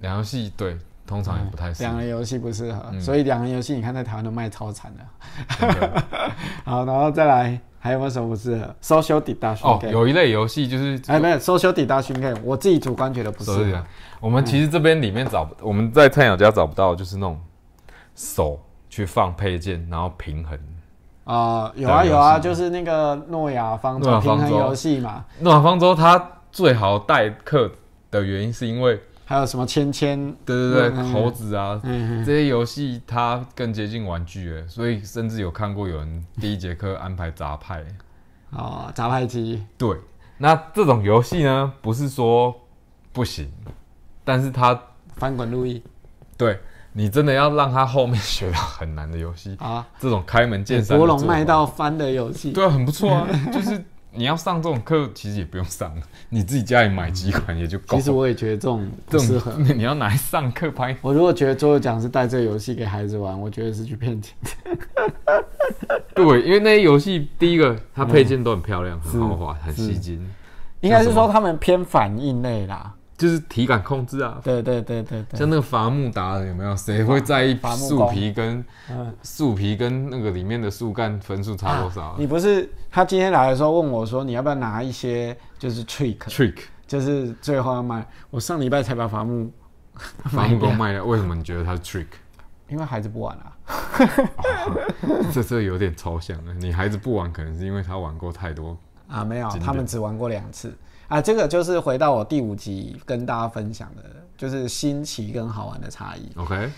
Speaker 2: 两游戏对，通常也不太适
Speaker 1: 两
Speaker 2: 合。
Speaker 1: 人游戏不适合，所以两人游戏你看在台湾都卖超惨的。
Speaker 2: 嗯真的
Speaker 1: 好，然后再来还有没有什么不适合？Social deduction
Speaker 2: 哦，
Speaker 1: game，
Speaker 2: 有一类游戏就是
Speaker 1: 哎，没有 social deduction game，我自己主观觉得不适
Speaker 2: 手机
Speaker 1: 合
Speaker 2: 啊。我们其实这边里面找不，我们在菜鸟家找不到，就是那种手去放配件，然后平衡。
Speaker 1: 啊，有啊
Speaker 2: 对
Speaker 1: 有啊，
Speaker 2: 游戏
Speaker 1: 就是那个诺亚方
Speaker 2: 诺
Speaker 1: 舟
Speaker 2: 亚
Speaker 1: 平
Speaker 2: 方舟
Speaker 1: 衡游戏嘛，
Speaker 2: 暖方舟它最好代课的原因是因为，
Speaker 1: 还有什么芊芊，
Speaker 2: 对对
Speaker 1: 嗯
Speaker 2: 对，猴子啊
Speaker 1: 嗯
Speaker 2: 这些游戏它更接近玩具了，所以甚至有看过有人第一节课安排杂派。
Speaker 1: 哦，杂牌机，
Speaker 2: 对，那这种游戏呢，不是说不行，但是它
Speaker 1: 翻滚路易
Speaker 2: 对你真的要让它后面学到很难的游戏，
Speaker 1: 啊，
Speaker 2: 这种开门见山的
Speaker 1: 哎博
Speaker 2: 做
Speaker 1: 龙
Speaker 2: 法。
Speaker 1: 卖到翻的游戏，
Speaker 2: 对啊，很不错啊。就是你要上这种课，其实也不用上了，你自己家里买几款也就 够。
Speaker 1: 其实我也觉得这种不
Speaker 2: 这
Speaker 1: 适合。
Speaker 2: 种你要拿来上课拍，
Speaker 1: 我如果觉得桌游奖是带这个游戏给孩子玩，我觉得是去骗钱。
Speaker 2: 对，因为那些游戏第一个它配件都很漂亮、很豪华、很吸睛，
Speaker 1: 应该嗯是说他们偏反应类啦。
Speaker 2: 就是体感控制啊。
Speaker 1: 对对对对对，
Speaker 2: 像那个伐木达人有没有？谁会在意
Speaker 1: 伐木
Speaker 2: 树
Speaker 1: 工
Speaker 2: 皮跟
Speaker 1: 嗯
Speaker 2: 树皮跟那个里面的树干分数差多少啊
Speaker 1: 你不是他今天来的时候问我说，你要不要拿一些就是 trick，
Speaker 2: ？Trick
Speaker 1: 就是最后要卖。我上礼拜才把伐木，
Speaker 2: 伐木工卖了，为什么你觉得它是 Trick？
Speaker 1: 因为孩子不玩啊。
Speaker 2: 这这有点抽象了。你孩子不玩，可能是因为他玩过太多
Speaker 1: 啊，没有，
Speaker 2: 经典
Speaker 1: 他们只玩过两次啊。这个就是回到我第五集跟大家分享的，就是新奇跟好玩的差异。
Speaker 2: OK，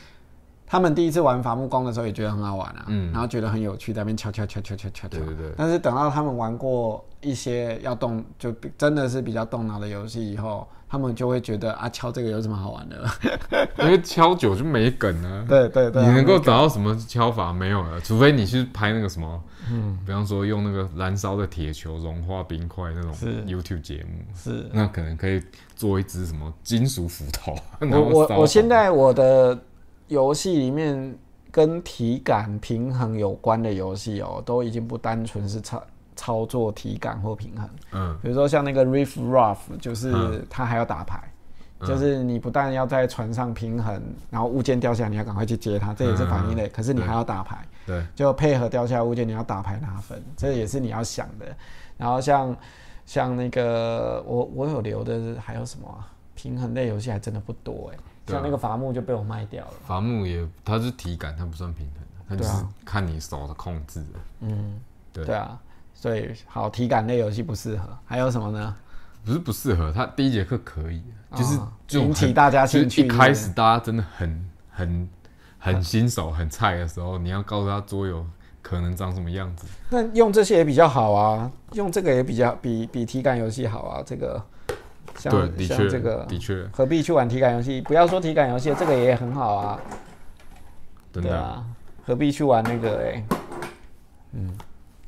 Speaker 1: 他们第一次玩伐木工的时候也觉得很好玩啊，
Speaker 2: 嗯
Speaker 1: 然后觉得很有趣，在那边敲敲敲敲敲敲敲。
Speaker 2: 对对对
Speaker 1: 但是等到他们玩过一些要动，就比真的是比较动脑的游戏以后，他们就会觉得啊，敲这个有什么好玩的？
Speaker 2: 因为敲久就没梗啊了。
Speaker 1: 对对对，啊
Speaker 2: 你能够
Speaker 1: 他们
Speaker 2: 找到什么敲法没有了？啊除非你去拍那个什么，
Speaker 1: 嗯
Speaker 2: 比方说用那个燃烧的铁球融化冰块那种
Speaker 1: 是
Speaker 2: YouTube 节目，
Speaker 1: 是
Speaker 2: 那可能可以做一只什么金属斧 头。然
Speaker 1: 我
Speaker 2: 后
Speaker 1: 我
Speaker 2: 烧
Speaker 1: 我现在我的游戏里面跟体感平衡有关的游戏哦，都已经不单纯是操操作体感或平衡。
Speaker 2: 嗯
Speaker 1: 比如说像那个 Reef Raff，就是
Speaker 2: 嗯
Speaker 1: 它还要打牌，就是你不但要在船上平衡，然后物件掉下来你要赶快去接它，这也是反应类，可是你还要打牌。
Speaker 2: 嗯对
Speaker 1: 就配合掉下来物件，你要打牌拿分，这也是你要想的。然后像像那个我我有留的还有什么、啊、平衡类游戏还真的不多哎、
Speaker 2: 对啊
Speaker 1: 像那个伐木就被我卖掉了。
Speaker 2: 伐木也它是体感，它不算平衡，它就
Speaker 1: 对
Speaker 2: 是
Speaker 1: 啊
Speaker 2: 看你手的控制的。
Speaker 1: 嗯，
Speaker 2: 对
Speaker 1: 对啊，所以好体感类游戏不适合。还有什么呢？
Speaker 2: 不是不适合，他第一节课可以，就是
Speaker 1: 啊
Speaker 2: 这种
Speaker 1: 引起
Speaker 2: 很
Speaker 1: 大家兴
Speaker 2: 就
Speaker 1: 趣
Speaker 2: 是
Speaker 1: 是
Speaker 2: 一
Speaker 1: 不是
Speaker 2: 开始大家真的很很很新手、很菜的时候，你要告诉他桌游可能长什么样子。
Speaker 1: 那用这些也比较好啊，用这个也比较比比体感游戏好啊。这个像
Speaker 2: 对，的
Speaker 1: 像
Speaker 2: 确，
Speaker 1: 这个
Speaker 2: 的确，
Speaker 1: 何必去玩体感游戏？不要说体感游戏，这个也很好啊。
Speaker 2: 真
Speaker 1: 对
Speaker 2: 的、
Speaker 1: 啊，何必去玩那个哎、嗯，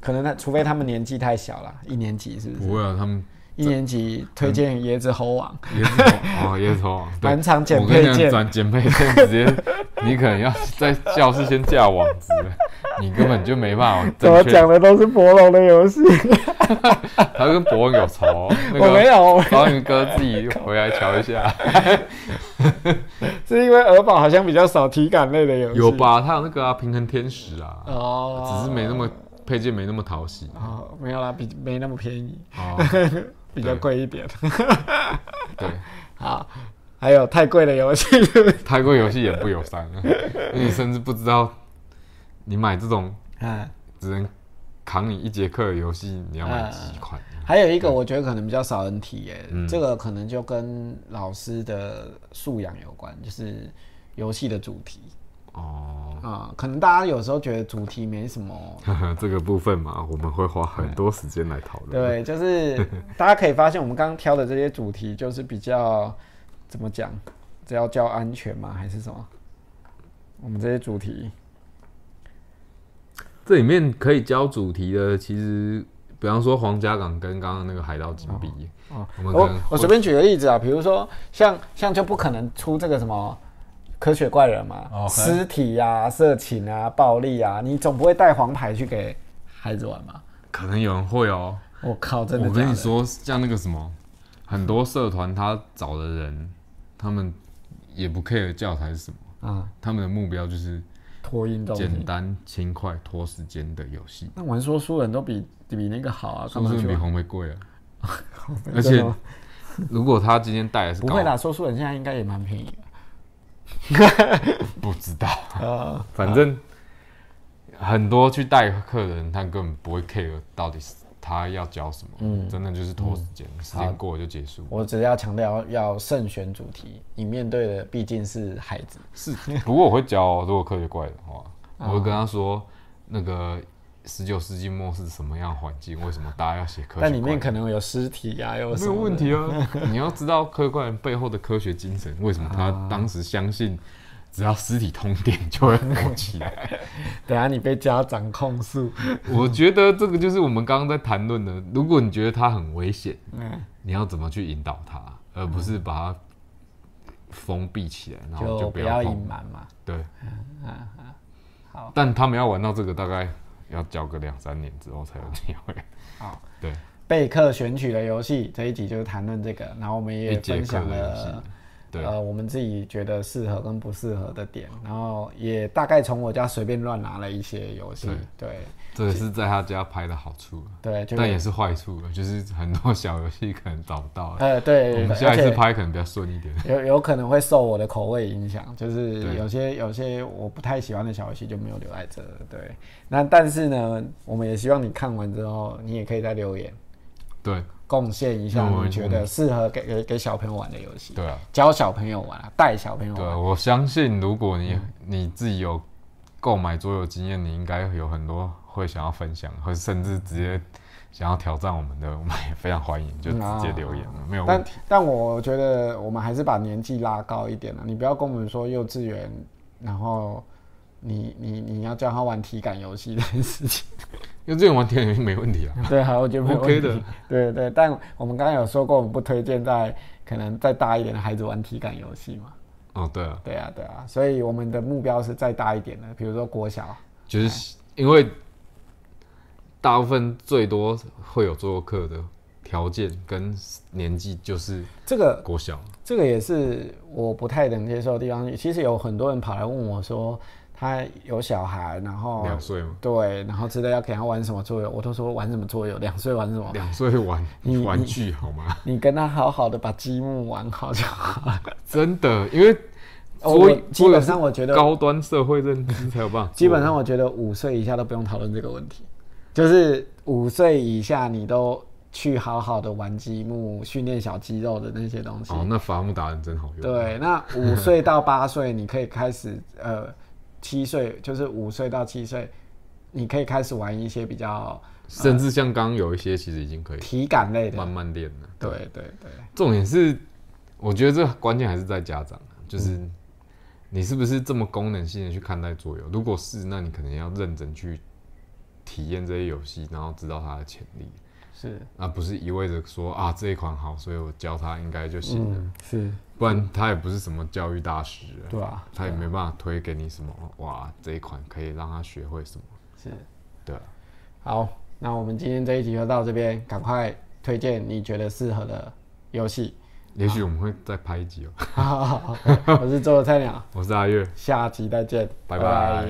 Speaker 1: 可能他除非他们年纪太小了，一年级是不是？
Speaker 2: 不会啊，他 们
Speaker 1: 一年级推荐椰子猴 王，
Speaker 2: 椰子头哦，椰子头，对
Speaker 1: 蛮常捡
Speaker 2: 我跟你
Speaker 1: 配件
Speaker 2: 讲，转捡配件直接，你可能要在教室先架网子，你根本就没办法
Speaker 1: 怎么
Speaker 2: 正
Speaker 1: 讲
Speaker 2: 确。
Speaker 1: 的都是博龙的游戏，
Speaker 2: 他跟博文有仇 哦，那
Speaker 1: 我没
Speaker 2: 个
Speaker 1: 有，
Speaker 2: 章鱼哥自己回来瞧一 下。
Speaker 1: 是因为鹅宝好像比较少体感类的游戏，
Speaker 2: 有？吧？他有那个啊，平衡天使啊，
Speaker 1: 哦，
Speaker 2: 只是没那么配件没那么讨喜
Speaker 1: 哦，没有啦，比没那么便宜，
Speaker 2: 哦。
Speaker 1: 比较贵一点。
Speaker 2: 对，
Speaker 1: 好，啊还有太贵的游戏，是不是
Speaker 2: 泰国游戏也不友善了，你甚至不知道你买这种
Speaker 1: 嗯。
Speaker 2: 只能扛你一节课的游戏，你要买几款？
Speaker 1: 还有一个，我觉得可能比较少人体验，
Speaker 2: 嗯
Speaker 1: 这个可能就跟老师的素养有关，就是游戏的主题
Speaker 2: 哦，
Speaker 1: 啊、可能大家有时候觉得主题没什么，
Speaker 2: 呵呵哦 这个部分嘛，我们会花很多时间来讨论。
Speaker 1: 对，就是大家可以发现，我们刚刚挑的这些主题就是比较怎么讲，这要叫安全吗？还是什么？我们这些主题，
Speaker 2: 这里面可以教主题的，其实比方说皇家港跟刚刚那个海盗金币，
Speaker 1: 哦
Speaker 2: 我们可
Speaker 1: 我
Speaker 2: 能
Speaker 1: 我随便举个例子啊，比如说像像就不可能出这个什么科学怪人嘛，
Speaker 2: 哦 OK
Speaker 1: 尸体啊、色情啊、暴力啊，你总不会带黄牌去给孩子玩吧？
Speaker 2: 可能有人会哦。
Speaker 1: 我靠，真的假
Speaker 2: 我跟你
Speaker 1: 的
Speaker 2: 说，像那个什么，很多社团他找的人，他们也不 care 教材是什么，
Speaker 1: 啊，
Speaker 2: 他们的目标就是
Speaker 1: 脱音东
Speaker 2: 简
Speaker 1: 西，
Speaker 2: 单、轻快、拖时间的游戏。
Speaker 1: 那玩说书人都比比那个好啊，干
Speaker 2: 说
Speaker 1: 嘛
Speaker 2: 是
Speaker 1: 去
Speaker 2: 比
Speaker 1: 玩？
Speaker 2: 红玫瑰啊！
Speaker 1: 真的
Speaker 2: 而且
Speaker 1: 吗
Speaker 2: 如果他今天带的是
Speaker 1: 不
Speaker 2: 高，
Speaker 1: 会啦，说书人现在应该也蛮便宜
Speaker 2: 不知道，
Speaker 1: 的啊。
Speaker 2: 反正很多去带课的人，他根本不会 care 到底是他要教什么，
Speaker 1: 嗯
Speaker 2: 真的就是拖时间，时间过了就结束。
Speaker 1: 我只是要强调要慎选主题，你面对的毕竟是孩子。
Speaker 2: 是，
Speaker 1: 嗯
Speaker 2: 不过我会教、哦，如果科学怪的话，
Speaker 1: 啊
Speaker 2: 我会跟他说，那个十九世纪末是什么样的环境，为什么大家要写科学怪？
Speaker 1: 但里面可能有尸体啊，有
Speaker 2: 没
Speaker 1: 什
Speaker 2: 有
Speaker 1: 么
Speaker 2: 问
Speaker 1: 的 啊
Speaker 2: 题啊，你要知道科学怪人背后的科学精神，为什么他当时相信只要尸体通电就会火起来？
Speaker 1: 等下你被家长控诉，
Speaker 2: 我觉得这个就是我们刚刚在谈论的，如果你觉得它很危险，
Speaker 1: 嗯，
Speaker 2: 你要怎么去引导它，而不是把它封闭起来，然后
Speaker 1: 就
Speaker 2: 就
Speaker 1: 不要隐
Speaker 2: 碰。
Speaker 1: 瞒嘛。
Speaker 2: 对，
Speaker 1: 好
Speaker 2: 但他们要玩到这个，大概要教个两三年之后才有机会。
Speaker 1: 好，
Speaker 2: 对，
Speaker 1: 备课选取的游戏这一集就是谈论这个，然后我们
Speaker 2: 一
Speaker 1: 也
Speaker 2: 节
Speaker 1: 分
Speaker 2: 课
Speaker 1: 享
Speaker 2: 的游戏
Speaker 1: 了，，
Speaker 2: 对，
Speaker 1: 呃，我们自己觉得适合跟不适合的点，然后也大概从我家随便乱拿了一些游戏，对
Speaker 2: 这也是在他家拍的好处，啊
Speaker 1: 对，就
Speaker 2: 但也是坏处，啊 就是很多小游戏可能找不到。啊
Speaker 1: 呃
Speaker 2: 我
Speaker 1: 对，
Speaker 2: 们下一次
Speaker 1: 而且
Speaker 2: 拍可能比较顺一点。
Speaker 1: 有有可能会受我的口味影响，就是
Speaker 2: 对
Speaker 1: 有些有些我不太喜欢的小游戏就没有留在这。对，那但是呢，我们也希望你看完之后，你也可以再留言
Speaker 2: 对，
Speaker 1: 贡献一下，
Speaker 2: 嗯
Speaker 1: 你觉得适合给给给小朋友玩的游戏？
Speaker 2: 对啊，
Speaker 1: 教小朋友玩啊，带小朋友
Speaker 2: 对啊，
Speaker 1: 玩。
Speaker 2: 我相信如果你嗯你自己有购买桌游经验，你应该有很多会想要分享，或甚至直接想要挑战我们的，我们也非常欢迎，就直接留言啊了，没有问
Speaker 1: 但
Speaker 2: 题。
Speaker 1: 但我觉得我们还是把年纪拉高一点啊，你不要跟我们说幼稚园，然后你你你要教他玩体感游戏这件事 情。
Speaker 2: 幼稚园玩天游没问题啊，
Speaker 1: 对啊，我觉得没有
Speaker 2: OK
Speaker 1: 问题
Speaker 2: 的。
Speaker 1: 对对，但我们刚刚有说过，我们不推荐在可能再大一点的孩子玩体感游戏嘛。
Speaker 2: 哦对啊，
Speaker 1: 对啊，对啊，所以我们的目标是再大一点的，比如说国小。
Speaker 2: 就是因为大部分最多会有桌游课的条件跟年纪就是
Speaker 1: 这个
Speaker 2: 国小，
Speaker 1: 这个也是我不太能接受的地方。其实有很多人跑来问我说，他有小孩，然后
Speaker 2: 两岁嘛，
Speaker 1: 对，然后之类要给他玩什么桌游，我都说玩什么桌游，两岁玩什么，
Speaker 2: 两岁玩
Speaker 1: 你
Speaker 2: 玩具好吗？
Speaker 1: 你跟他好好的把积木玩好就好了。
Speaker 2: 真的，因为桌
Speaker 1: 我
Speaker 2: 游
Speaker 1: 基本上我觉得，
Speaker 2: 高端社会认知才有办法。
Speaker 1: 基本上我觉得五岁以下都不用讨论这个问题，就是五岁以下你都去好好的玩积木，训练小肌肉的那些东西。
Speaker 2: 哦，那伐木达人真好用。，
Speaker 1: 对，那五岁到八岁，你可以开始呃，七岁就是五岁到七岁，你可以开始玩一些比较
Speaker 2: 甚至像刚刚有一些其实已经可以
Speaker 1: 体感类的
Speaker 2: 慢。慢练了。
Speaker 1: 对对对，
Speaker 2: 重点是，我觉得这关键还是在家长啊，就是你是不是这么功能性的去看待桌游？如果是，那你可能要认真去体验这些游戏，然后知道它的潜力，
Speaker 1: 是，
Speaker 2: 而不是一味着说啊这一款好，所以我教他应该就行了，
Speaker 1: 嗯，是，
Speaker 2: 不然他也不是什么教育大师啊，
Speaker 1: 对啊，
Speaker 2: 他也没办法推给你什么哇这一款可以让他学会什么。
Speaker 1: 是。
Speaker 2: 对啊，
Speaker 1: 好，那我们今天这一集就到这边，赶快推荐你觉得适合的游戏。
Speaker 2: 也许我们会再拍一集哦。
Speaker 1: 好，我是周菜鸟，
Speaker 2: 我是阿月，
Speaker 1: 下集再见，
Speaker 2: 拜拜